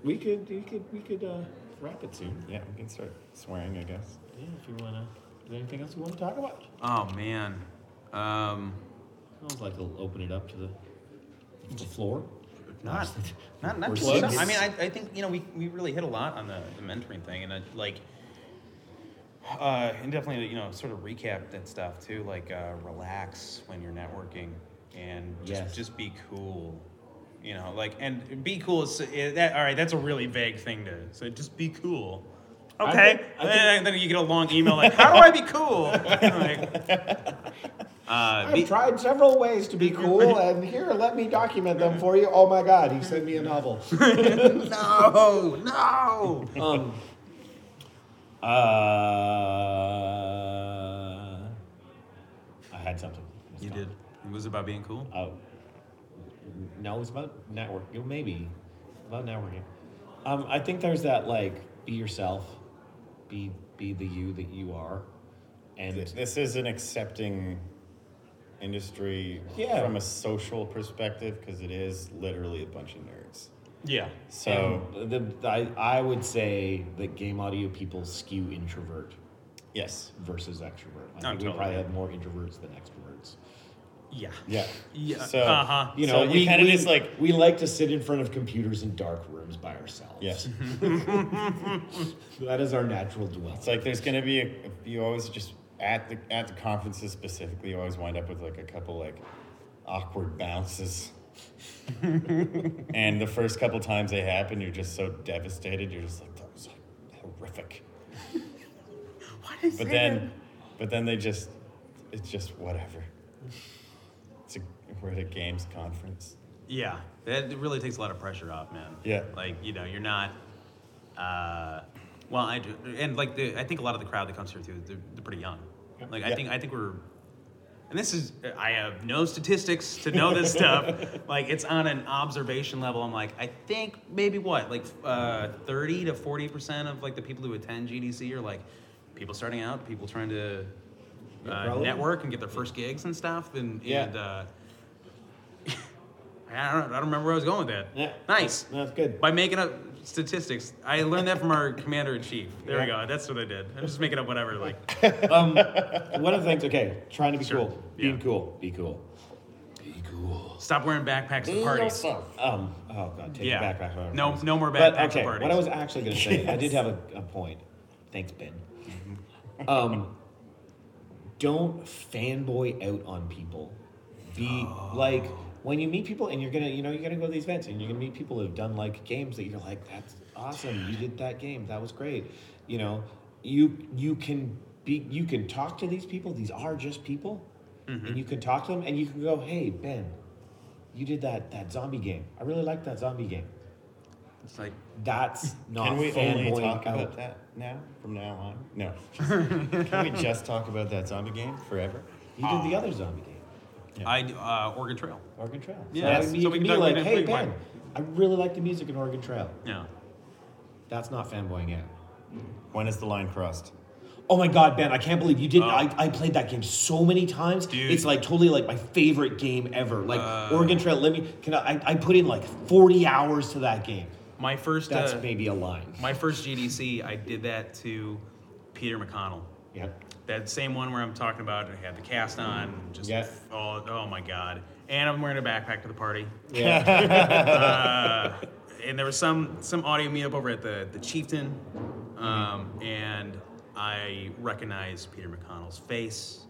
B: we could, we could, we could uh, wrap it soon.
C: Yeah, we can start swearing, I guess.
B: Yeah, if you wanna. Is there anything else you wanna talk about?
D: Oh, man. Um,
B: Sounds like it'll open it up to the, to the floor.
D: not, not, not
B: Or
D: just some-
B: slugs.
D: I mean, I, I think, you know, we, we really hit a lot on the, the mentoring thing. And I, like, uh, and definitely, you know, sort of recap that stuff too. Like, uh, relax when you're networking and just,
B: Yes.
D: just be cool. You know, like, and be cool is eh, that, all right, that's a really vague thing to say. Just be cool.
B: I
D: Okay.
B: think- I
D: and
B: think-
D: then- then you get a long email like, how do I be cool? [laughs] like, uh, be-
E: I've tried several ways to be cool, and here, let me document them for you. Oh my God, he sent me a novel.
D: no, no.
B: [laughs] Um. uh, I had something. It's
D: You
B: gone.
D: did. It was about being cool.
B: Oh. No, it's about networking. Maybe about networking. Um, I think there's that like be yourself, be be the you that you are, and
C: Th- This is an accepting industry
B: Yeah.
C: from a social perspective because it is literally a bunch of nerds.
D: Yeah.
C: So,
B: and the, I I would say that game audio people skew introvert
C: yes.
B: versus extrovert. I
D: Oh,
B: think
D: totally.
B: we probably have more introverts than extroverts.
D: Yeah.
C: Yeah.
D: Yeah.
C: So,
D: Uh-huh.
B: You know,
C: so
B: we
C: you kind of
B: we-
C: just like,
B: we like to sit in front of computers in dark rooms by ourselves.
C: [laughs] yes.
B: that is our natural dwelling.
C: It's like there's going to be a, you always just at the at the conferences specifically you always wind up with like a couple like awkward [laughs] bounces. and the first couple times they happen, you're just so devastated. You're just like that was horrific. But then but then they just it's just whatever. It's a, we're at a games conference.
D: Yeah. That really takes a lot of pressure off, man.
C: Yeah.
D: Like you know, you're not. Uh, well, I do, and like the I think a lot of the crowd that comes here too, they're, they're pretty young. Like I
C: Yeah.
D: think I think we're. And this is, I have no statistics to
C: [laughs]
D: know this stuff. Like, it's on an observation level. I'm like, I think maybe what, like uh, 30 to 40% of like the people who attend GDC are like people starting out, people trying to uh,
B: probably.
D: network and get their first gigs and stuff. And,
B: Yeah.
D: and uh, I don't, I don't remember where I was going with that.
B: Yeah.
D: Nice.
B: That's good.
D: By making up statistics, I learned that from our commander in chief. There we go. That's what I did. I'm just making up whatever. Like,
B: One of the things, okay, trying to be
D: Sure.
B: cool, being
D: Yeah.
B: cool, be cool, be cool.
D: stop wearing backpacks at parties.
B: Um, oh god, take
D: Yeah.
B: it back, back, back.
D: No-
B: back.
D: no more
B: But,
D: backpacks at
B: okay,
D: parties.
B: What I was actually going to say, I did have a, a point. Thanks, Ben. um, don't fanboy out on people. Be like when you meet people, and you're gonna, you know, you're gonna go to these events, and you're gonna meet people who've done like games that you're like, that's awesome. You did that game. That was great. You know, you you can be, you can talk to these people. These are just people, and you can talk to them, and you can go, hey, Ben. You did that that zombie game. I really like that zombie game.
D: It's like,
B: That's not
C: Can we only
B: fanboying
C: talk
B: out.
C: about that now? From now on? No. Can we just talk about that zombie game forever?
B: You did the other zombie game,
D: I uh, Oregon Trail.
B: Oregon Trail.
D: Yeah,
B: so, I mean,
D: so
B: you can
D: we can
B: be
D: talk- we
B: like,
D: can
B: hey
D: play one."
B: Ben, I really like the music in Oregon Trail.
D: Yeah.
B: That's not fanboying out.
C: When is the line crossed?
B: Oh my God, Ben! I can't believe you did. I, I played that game so many times.
D: Dude.
B: It's like totally like my favorite game ever. Like Oregon Trail. Let me. Can I, I? I put in like forty hours to that game.
D: My first.
B: That's
D: uh,
B: maybe a line.
D: My first GDC, I did that to Peter McConnell.
B: Yep.
D: That same one where I'm talking about, I had the cast on, just
B: Yeah.
D: oh, oh my god! And I'm wearing a backpack to the party.
B: Yeah.
D: And there was some some audio meetup over at the the Chieftain, um, and I recognized Peter McConnell's face,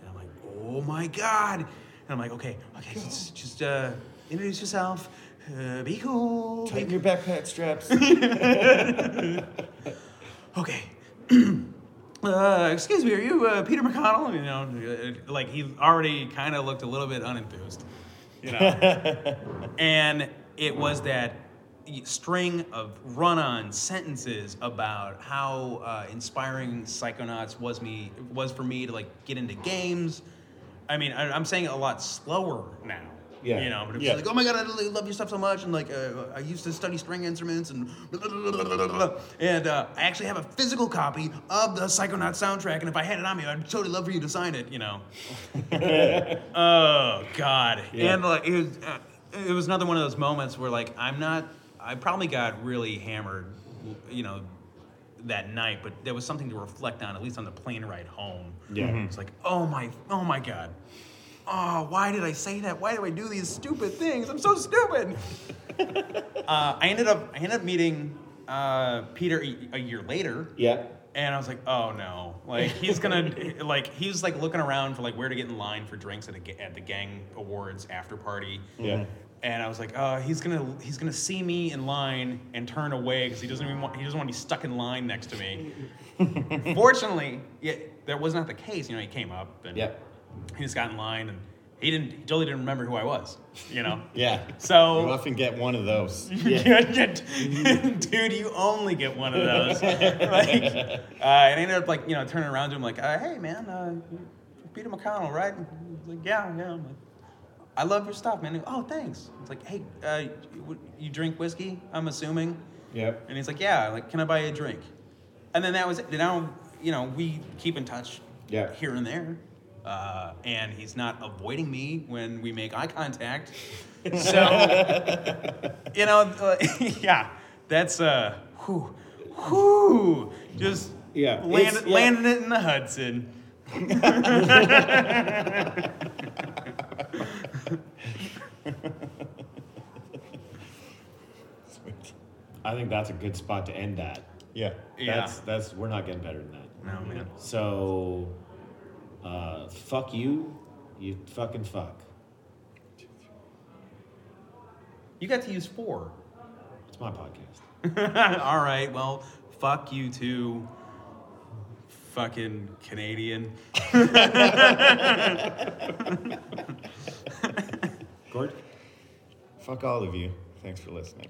D: and I'm like, oh my god! And I'm like, okay, okay, just, just uh, introduce yourself, uh, be cool, be
C: Tighten your backpack straps.
D: [laughs] okay. [clears throat] uh, excuse me, are you uh, Peter McConnell? You know, uh, like he already kind of looked a little bit unenthused, you know. and it was that string of run-on sentences about how uh, inspiring Psychonauts was me was for me to like get into games. I mean, I, I'm saying it a lot slower now.
B: Yeah.
D: You know, but it was
C: Yeah.
D: like, oh my god, I really love your stuff so much, and like uh, I used to study string instruments and [laughs] blah, blah, blah, blah, blah, blah. and uh, I actually have a physical copy of the Psychonaut soundtrack, and if I had it on me, I'd totally love for you to sign it. You know. oh God. And like it was, uh, it was another one of those moments where like I'm not, I probably got really hammered, you know, that night, but there was something to reflect on, at least on the plane ride home.
C: Yeah. Mhm.
D: It's like, oh my, oh my God. Oh, why did I say that? Why do I do these stupid things? I'm so stupid. uh, I ended up, I ended up meeting uh, Peter a, a year later.
B: Yeah.
D: And I was like, oh no, like he's gonna, like he was like looking around for like where to get in line for drinks at, a, ga- at the gang awards after party.
C: Yeah.
D: And I was like, oh, he's gonna he's gonna see me in line and turn away because he doesn't even want he doesn't want to be stuck in line next to me. Fortunately, yeah, that was not the case. You know, he came up and
B: Yep.
D: he just got in line and he didn't he totally didn't remember who I was. You know.
C: Yeah.
D: So
C: You often get one of those.
D: [laughs] dude, you only get one of those. like, uh, and I ended up like you know turning around to him like, uh, hey man, uh, you're Peter McConnell, right? And he's like, yeah, yeah. I'm like, I love your stuff, man. He- oh, thanks. It's like, hey, uh, you, you drink whiskey? I'm assuming.
B: Yep.
D: And he's like, yeah. Like, can I buy you a drink? And then that was it. Now, you know, we keep in touch.
B: Yeah.
D: Here and there. Uh, and he's not avoiding me when we make eye contact. So
B: [laughs]
D: you know, [laughs] uh, yeah, that's uh, whew, whew, just
B: Yeah,
D: land,
B: it's- yeah.
D: landing it in the Hudson.
B: I think that's a good spot to end at.
C: Yeah.
D: Yeah.
B: That's that's we're not getting better than that.
D: No man,
B: So uh fuck you. You fucking fuck.
D: you got to use four. [laughs]
B: It's my podcast.
D: All right, well, fuck you too, fucking Canadian.
B: Gord?
C: Fuck all of you. Thanks for listening.